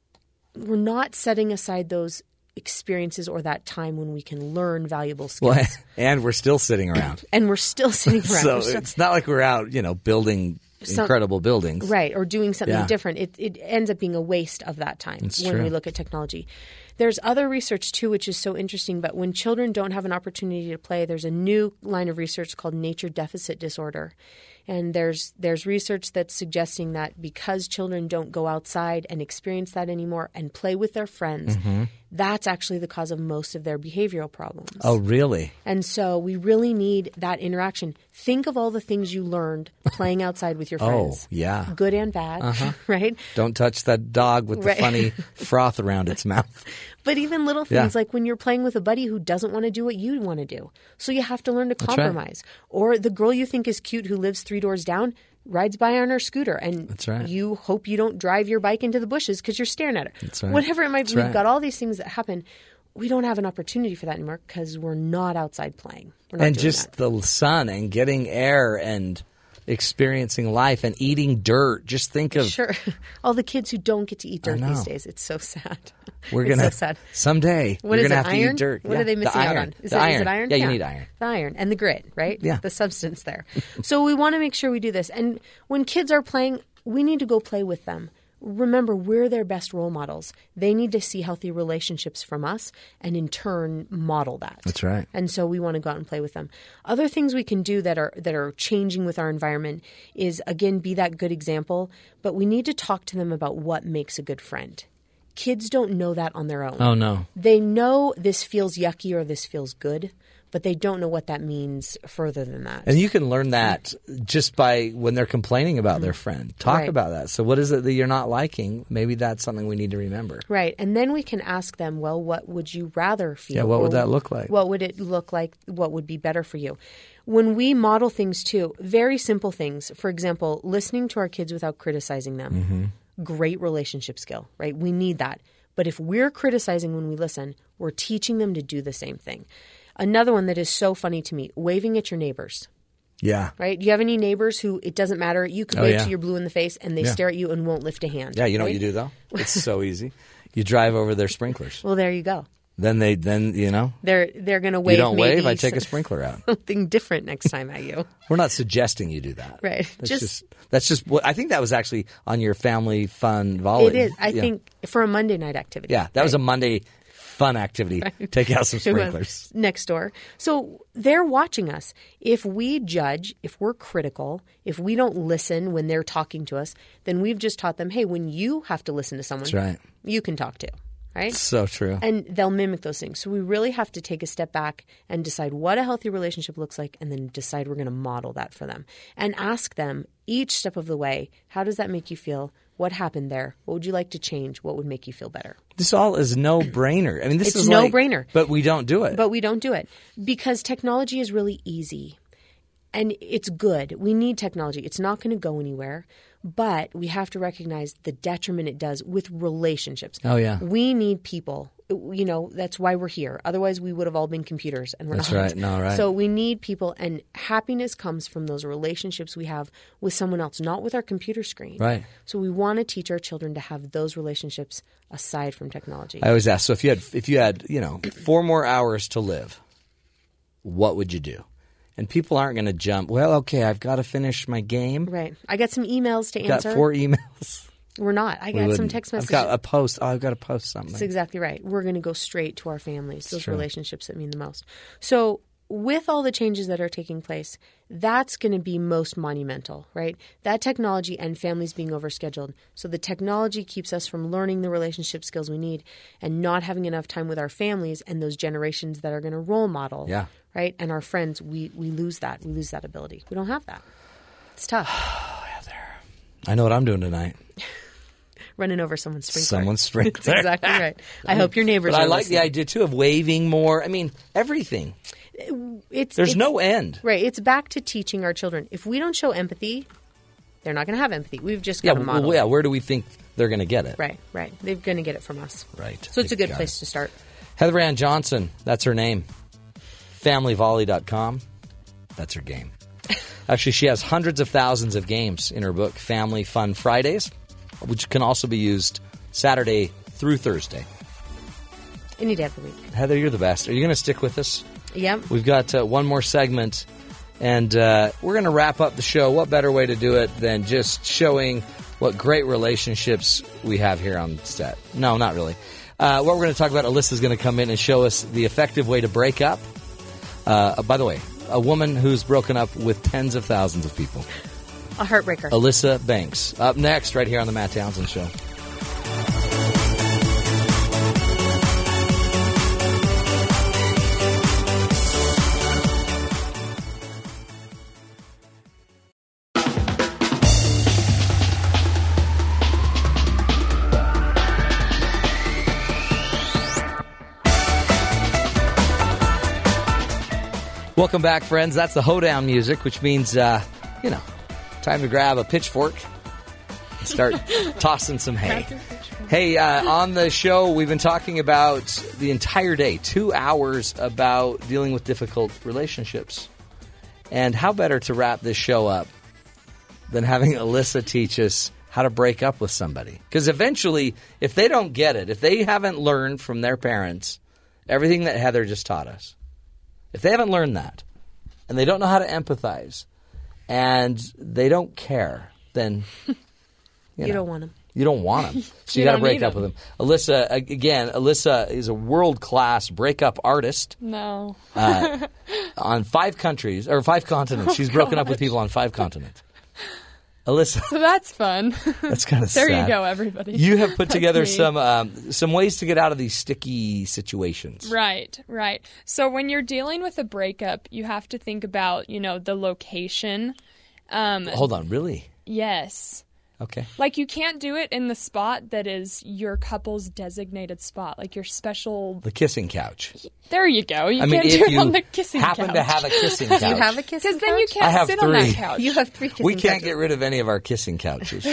we're not setting aside those experiences or that time when we can learn valuable skills.
Well, and we're still sitting around.
and we're still sitting around.
so
We're still-
it's not like we're out, you know, building
So-
incredible buildings.
Right, or doing something
Yeah.
different. It, it ends up being a waste of that time
It's
when
true.
we look at technology. There's other research too, which is so interesting. But when children don't have an opportunity to play, there's a new line of research called nature deficit disorder, and there's there's research that's suggesting that because children don't go outside and experience that anymore and play with their friends,
Mm-hmm.
that's actually the cause of most of their behavioral problems.
Oh, really?
And so we really need that interaction. Think of all the things you learned playing outside with your friends.
Oh, yeah. Uh-huh.
Good and bad, right?
Don't touch that dog with the
Right.
funny froth around its mouth.
But even little
Yeah.
things like when you're playing with a buddy who doesn't want to do what you want to do. So you have to learn to
right.
compromise. Or the girl you think is cute who lives three doors down rides by on her scooter and
That's right.
you hope you don't drive your bike into the bushes because you're staring at her.
That's right.
Whatever it might
That's
be,
right.
we've got all these things that happen. We don't have an opportunity for that anymore because we're not outside playing. We're not
and
doing
just
that.
the sun and getting air and experiencing life and eating dirt. Just think of
Sure. All the kids who don't get to eat dirt
know.
these days. It's so sad.
we're
It's
gonna
so sad.
someday
What
you're
is
gonna
it?
have
iron?
to eat dirt.
What
Yeah,
are they
the
missing out
iron.
on?
the
Is, that,
iron.
is it iron?
Yeah, you need iron.
The iron and the grit, right?
Yeah.
The substance there. so we want to make sure we do this. And when kids are playing, we need to go play with them. Remember, we're their best role models. They need to see healthy relationships from us and in turn model that.
That's right.
And so we want to go out and play with them. Other things we can do that are that are changing with our environment is again be that good example, but we need to talk to them about what makes a good friend. Kids don't know that on their own.
Oh no.
They know this feels yucky or this feels good, but they don't know what that means further than that.
And you can learn that just by when they're complaining about their friend. Talk
Mm-hmm. Right.
about that. So, what is it that you're not liking? Maybe that's something we need to remember.
Right. And then we can ask them, well, what would you rather feel?
Yeah, what would
Or
that look like?
What would it look like? What would be better for you? When we model things too, very simple things, for example, listening to our kids without criticizing them,
Mm-hmm.
great relationship skill, right? We need that. But if we're criticizing when we listen, we're teaching them to do the same thing. Another one that is so funny to me waving at your neighbors.
Yeah.
right? Do you have any neighbors who it doesn't matter? You could
Oh,
wait
yeah.
till you're blue in the face and they stare at you and won't lift a hand.
Yeah, you know
right?
what you do though? It's so easy. You drive over their sprinklers.
Well, there you go.
Then they then you know
They're they're going to wave.
you don't
maybe
wave, I take a
some-
sprinkler out.
something different next time at you.
We're not suggesting you do that.
Right.
That's just,
Just-
that's just what I think that was actually on your family fun volley.
It is. I
Oh, Yeah.
think for a Monday night activity.
Yeah, that was a Monday fun activity. Take out some
It was
sprinklers.
next door. So they're watching us. If we judge, if we're critical, if we don't listen when they're talking to us, then we've just taught them, hey, when you have to listen to someone,
That's right.
you can talk to, right?
So true.
and they'll mimic those things. So we really have to take a step back and decide what a healthy relationship looks like and then decide we're going to model that for them and ask them each step of the way, how does that make you feel? What happened there? What would you like to change? What would make you feel better?
this all is no brainer. I mean, this
It's
is
no
like-
brainer.
But we don't do it.
But we don't do it because technology is really easy and it's good. We need technology. It's not going to go anywhere, but we have to recognize the detriment it does with relationships.
Oh, yeah.
We need people. You know, that's why we're here. Otherwise, we would have all been computers and we're
That's
not.
right. No, right.
So we need people and happiness comes from those relationships we have with someone else, not with our computer screen.
Right.
So we want to teach our children to have those relationships aside from technology.
I always ask. So if you had if you had you know four more hours to live, what would you do? And people aren't going to jump. Well, okay, I've got to finish my game.
right. I got some emails to
Got
answer.
four emails.
We're not. I
We
got some
wouldn't.
text messages.
I've got a post. Oh, I've got to post something.
That's exactly right. We're going to go straight to our families, those relationships that mean the most. So, with all the changes that are taking place, that's going to be most monumental, right? That technology and families being overscheduled. So, the technology keeps us from learning the relationship skills we need and not having enough time with our families and those generations that are going to role model,
Yeah.
right? And our friends, we, we lose that. We lose that ability. We don't have that. It's tough.
I know what I'm doing tonight.
Running over someone's sprinkler.
Someone's sprinkler.
That's exactly right. I hope your neighbors
But I
are
like
listening.
the idea too of waving more. I mean, everything.
it's
There's
it's-
no end.
right. It's back to teaching our children. If we don't show empathy, they're not going to have empathy. We've just
Yeah,
got to model.
well, yeah.
it.
Where do we think they're going to get it?
Right, right. They're going to get it from us.
Right.
So it's a
They've
good
got
place
it.
to start.
Heather Ann Johnson, that's her name. FamilyVolley.com, that's her game. Actually, she has hundreds of thousands of games in her book, Family Fun Fridays, which can also be used Saturday through Thursday.
Any day of the week.
Heather, you're the best. Are you going to stick with us?
Yep.
We've got uh, one more segment, and uh, we're going to wrap up the show. What better way to do it than just showing what great relationships we have here on set? No, not really. Uh, what we're going to talk about, Alyssa's going to come in and show us the effective way to break up. Uh, by the way, a woman who's broken up with tens of thousands of people,
A heartbreaker.
Alyssa Banks. Up next, right here on The Matt Townsend Show. Welcome back, friends. That's the hoedown music, which means, uh, you know, time to grab a pitchfork and start tossing some hay. Hey, uh, on the show, we've been talking about the entire day, two hours about dealing with difficult relationships. And how better to wrap this show up than having Alyssa teach us how to break up with somebody? Because eventually, if they don't get it, if they haven't learned from their parents everything that Heather just taught us, if they haven't learned that and they don't know how to empathize and they don't care, then
You,
know.
don't want them.
you don't want them. So you,
You
got to
don't
break
need
up with
them.
them. Alyssa, a- again, Alyssa is a world class breakup artist
No.
on five countries or five
Oh,
continents. She's broken up with people on five continents. Alyssa,
So that's fun.
that's kind of
there
sad.
you go, everybody.
You have put
That's
together
me.
some um, some ways to get out of these sticky situations.
Right, right. So when you're dealing with a breakup, you have to think about, you know, the location.
Hold on, really?
Yes.
Okay.
Like you can't do it in the spot that is your couple's designated spot, like your special.
The kissing couch.
There you go. You
I mean,
can't
if
do it
you
on the kissing
happen to have a kissing couch,
You have a kiss.
Because then you
couch?
can't
I have
sit on
three.
that couch.
You have three kisses.
we can't get rid of any of our kissing couches.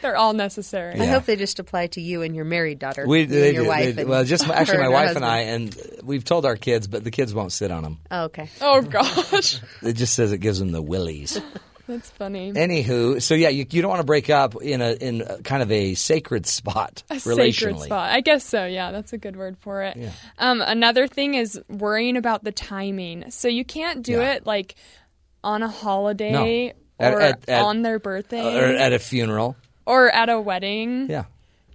They're all necessary.
I
Yeah.
hope they just apply to you and your married daughter.
We,
you
they
and your
do,
wife.
they do.
and
well, just my- actually,
her
my
and her
wife and I,
husband.
and we've told our kids, but the kids won't sit on them.
Oh, okay.
Oh gosh,
It just says it gives them the willies.
that's funny.
Anywho, so yeah, you, you don't want to break up in a in a, kind of a sacred spot
A
relationally.
sacred spot. I guess so. Yeah, that's a good word for it. Um, another thing is worrying about the timing. So you can't do
Yeah.
it like on a holiday
No. At-
or
at- at-
on their birthday
or at a funeral.
or at a wedding.
Yeah,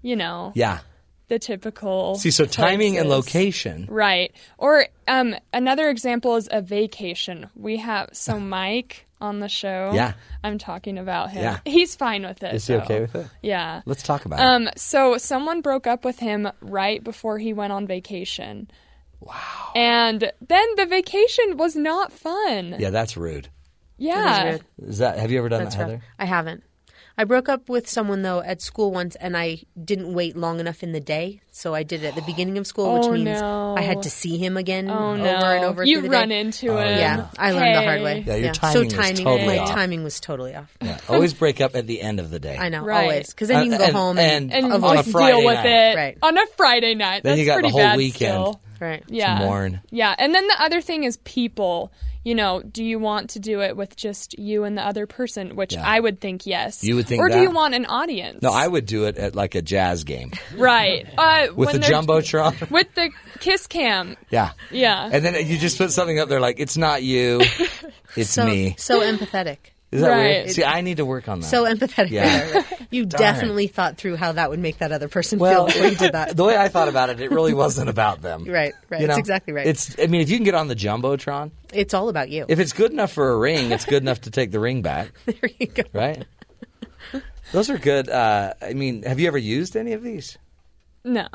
You know,
yeah.
the typical.
See, so timing and
places.
location.
Right. Or um, another example is a vacation. We have so Mike on the show.
Yeah.
I'm talking about him.
Yeah.
He's fine with it.
Is he
though.
okay with it?
Yeah.
Let's talk about it.
Um, so someone broke up with him right before he went on vacation. Wow. And then the vacation was not fun.
Yeah, that's rude.
Yeah.
Weird.
Is that? Have you ever done
That's
that,
rough.
Heather?
I haven't. I broke up with someone though at school once, and I didn't wait long enough in the day, so I did it at the beginning of school, which
Oh,
means
no.
I had to see him again
Oh
over
no.
and over.
you
through the
run
day.
into
Oh,
it.
Yeah, I learned the hard way.
Yeah, your timing
so
was
timing,
totally
my
off.
timing was totally off.
Yeah. Always break up at the end of the day.
I know,
Right.
always, because then you can go
And-
home
and-
and,
And
On a
like,
Friday
deal with
night.
it
Right.
on a Friday night.
Then
That's
you got the
pretty
whole
bad
weekend.
still.
right.
Yeah.
mourn.
Yeah. And then the other thing is people. You know, do you want to do it with just you and the other person? Which
Yeah.
I would think yes.
You would think
Or
that.
do you want an audience?
No, I would do it at like a jazz game
Right. Uh,
with
when
the
they're-
jumbotron.
With the kiss cam.
yeah,
Yeah.
and then you just put something up there like it's not you, it's
So
me.
so empathetic.
Is that weird?
Right.
See, I need to work on that.
So empathetic.
Yeah.
Heather. You definitely thought through how that would make that other person feel before you did that.
the way I thought about it, it really wasn't about them.
Right, right.
You
It's
know?
exactly right.
It's. I mean, if you can get on the jumbotron,
It's all about you.
if it's good enough for a ring, it's good enough to take the ring back,
there you go.
right? Those are good. Uh, I mean, have you ever used any of these?
no.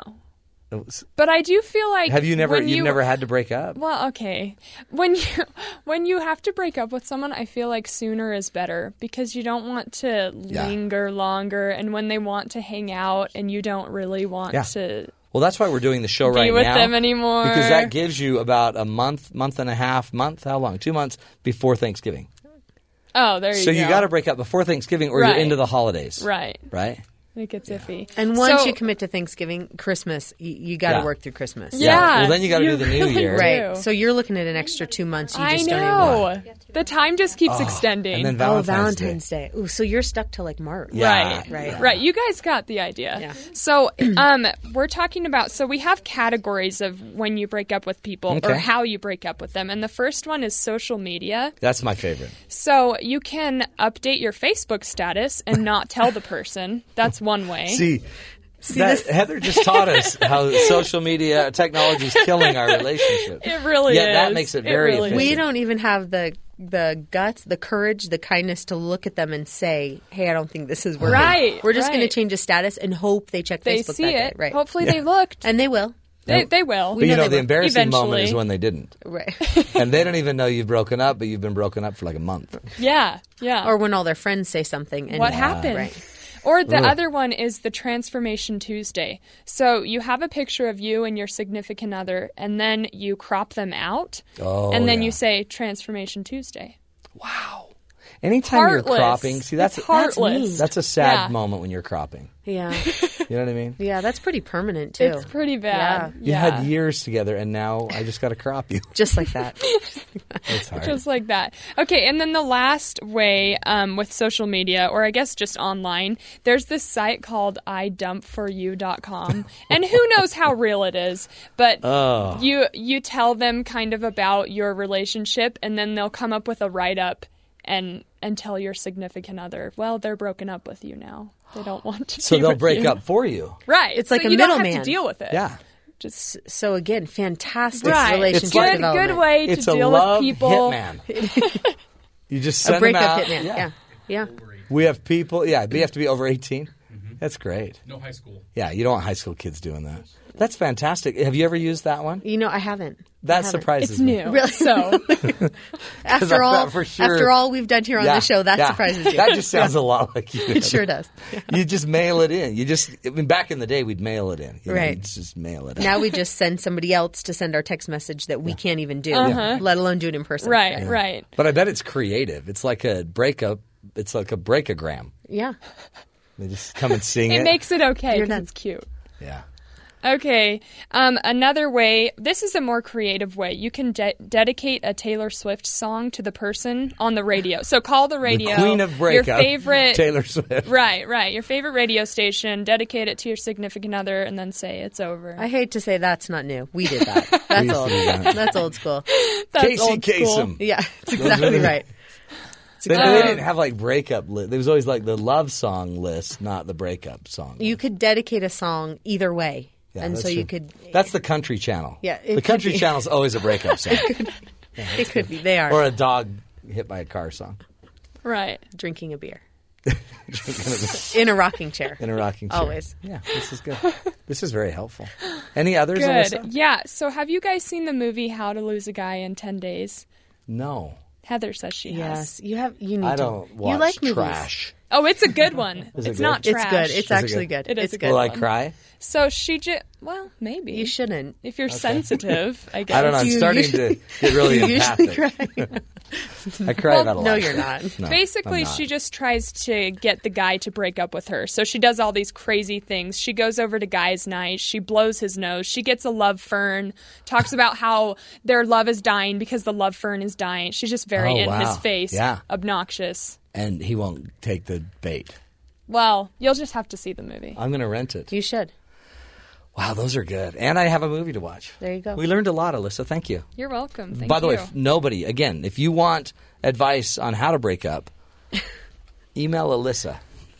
But I do feel like
Have you never?
when
You've never had to break up.
Well, okay. When you when you have to break up with someone, I feel like sooner is better because you don't want to
Yeah.
linger longer and when they want to hang out and you don't really want
Yeah.
to
Well, that's why we're doing the show right
with
now.
them anymore.
Because that gives you about a month, month and a half, month, how long? Two months before Thanksgiving.
Oh, there you
so
go.
you got to break up before Thanksgiving or
Right.
you're into the holidays.
Right.
Right?
It gets iffy.
And once
So-
you commit to Thanksgiving, Christmas, you, you got to
Yeah.
work through Christmas.
Yeah.
Well, then you got to do the new
really
year.
do.
Right. So you're looking at an extra two months. You
I
just don't even want.
know. The time just keeps
And
extending.
then
Oh,
Valentine's,
Valentine's
Day.
Day. Ooh, so you're stuck till like March.
Yeah.
Right,
Right.
right, right. You guys got the idea.
Yeah.
So, um, we're talking about so we have categories of when you break up with people or
Okay.
how you break up with them, and the first one is social media.
That's my favorite.
So you can update your Facebook status and not tell the person. That's one way.
See, that, Heather just taught us how social media technology is killing our relationship.
It really
yeah, that
is.
makes it
It
very
really
efficient.
We don't even have the the guts, the courage, the kindness to look at them and say, "Hey, I don't think this is working."
Right,
We're just
right.
going to change a status and hope they check
they
Facebook
see
that
it.
day. Right.
Hopefully, they looked.
and they will.
They, they will.
But you know,
they
the
will.
embarrassing moment
Eventually.
is when they didn't.
Right.
And they don't even know you've broken up, but you've been broken up for like a month.
yeah, yeah.
or when all their friends say something. And
what happened?
Right.
Or the other one is the Transformation Tuesday. So you have a picture of you and your significant other, and then you crop them out,
Oh,
and then
yeah.
you say Transformation Tuesday.
Anytime you're
Heartless.
cropping, see that's
It's
that's,
heartless.
that's a sad
Yeah.
moment when you're cropping.
Yeah.
You know what I mean?
Yeah. That's pretty permanent too.
It's pretty bad.
You had years together, and now I just got to crop you.
Just like that.
It's hard.
just like that. Okay, and then the last way um, with social media, or I guess just online, there's this site called idumpforyou.com, and who knows how real it is, but
Oh.
you you tell them kind of about your relationship, and then they'll come up with a write up and and tell your significant other, well, they're broken up with you now. They don't want to.
so
be
they'll
with
break
you.
up for you.
Right.
It's
so
like a
you don't have
middleman.
to deal with it.
Yeah.
Just
So again, fantastic
right.
relationship
It's like-
good,
development.
good way
It's
to
a
deal
love
with people.
hitman. you just send
A breakup
them out.
hitman. Yeah. yeah.
We have people. Yeah, but you have to be over 18. That's great.
No high school.
Yeah, you don't want high school kids doing that. That's fantastic. Have you ever used that one?
You know, I haven't.
That
haven't.
surprises
It's
me.
new. So
I
After
thought
all,
for sure-
after all we've done here on
Yeah,
the show, that
yeah.
surprises you.
That just sounds a lot like you.
it sure does.
You just mail it in. You just. I mean, back in the day, we'd mail it in. You know,
Right.
You'd just mail it. in.
Now we just send somebody else to send our text message that we can't even do,
Uh-huh.
let alone do it in person.
right, right.
But I bet it's creative. It's like a breakup. It's like a breakagram.
Yeah.
They just come and sing it.
It makes it okay
You're
because
done.
it's cute.
yeah.
Okay. Um, another way, this is a more creative way. You can de- dedicate a Taylor Swift song to the person on the radio. So call the radio.
The queen of breakup.
Your favorite.
Taylor Swift.
Right, right. Your favorite radio station. Dedicate it to your significant other and then say it's over.
I hate to say that's not new. We did that. That's old.
that.
That's old school.
That's
Casey
old school.
Kasem.
Yeah, it's exactly right.
They,
Oh.
they didn't have like breakup list. There was always like the love song list, not the breakup song.
You could dedicate a song either way,
Yeah,
and
that's
so you
true.
could.
That's the country channel.
Yeah,
the
it could
country
be.
channel's always a breakup song,
It could be. They are
or a dog hit by a car song
Right.
drinking a beer in a rocking chair.
in a rocking chair.
Always.
Yeah, this is good. this is very helpful. Any others?
Good.
Alyssa?
Yeah. So have you guys seen the movie How to Lose a Guy in 10 Days?
No,
Heather says she has.
Yes, you have. You need.
I
to.
don't watch
you like
trash.
Oh, it's a good one.
it
it's
good?
not
movies. It's
trash.
good. It's actually
good?
good.
It is
it's
a
good.
good
Will
one.
I cry?
So she just, well, maybe.
You shouldn't.
If you're sensitive, I guess.
I don't know. I'm
You
starting
usually-
to get really
you usually
empathic. I cry about a lot.
no,
of
you're
stuff.
not.
No, I'm
Basically,
not.
she just tries to get the guy to break up with her. So she does all these crazy things. She goes over to guys' night. She blows his nose. She gets a love fern. Talks about how their love is dying because the love fern is dying. She's just very
Oh,
in
wow.
his face.
Yeah.
Obnoxious.
and he won't take the bait.
Well, you'll just have to see the movie.
I'm going to rent it.
You should.
Wow, those are good. And I have a movie to watch.
There you go.
We learned a lot, Alyssa. Thank you.
You're welcome. Thank
By the way,
you.
f- nobody, again, if you want advice on how to break up, email Alyssa,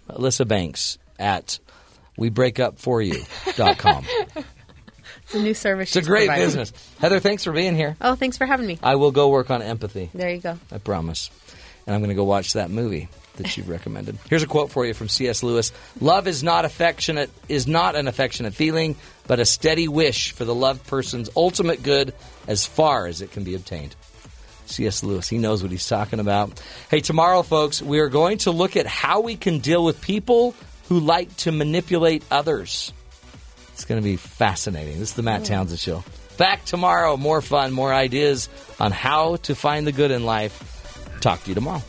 Alyssa Banks at webreakupforyou.com.
It's a new service.
it's a great business. Heather, thanks for being here.
Oh, thanks for having me.
I will go work on empathy.
There you go.
I promise. And I'm going to go watch that movie that you've recommended. Here's a quote for you from C.S. Lewis Love is not affectionate, is not an affectionate feeling, but a steady wish for the loved person's ultimate good as far as it can be obtained. C.S. Lewis, he knows what he's talking about. Hey, tomorrow, folks, we are going to look at how we can deal with people who like to manipulate others. It's going to be fascinating. This is the Matt Townsend Show. Back tomorrow. More fun, more ideas on how to find the good in life. Talk to you tomorrow.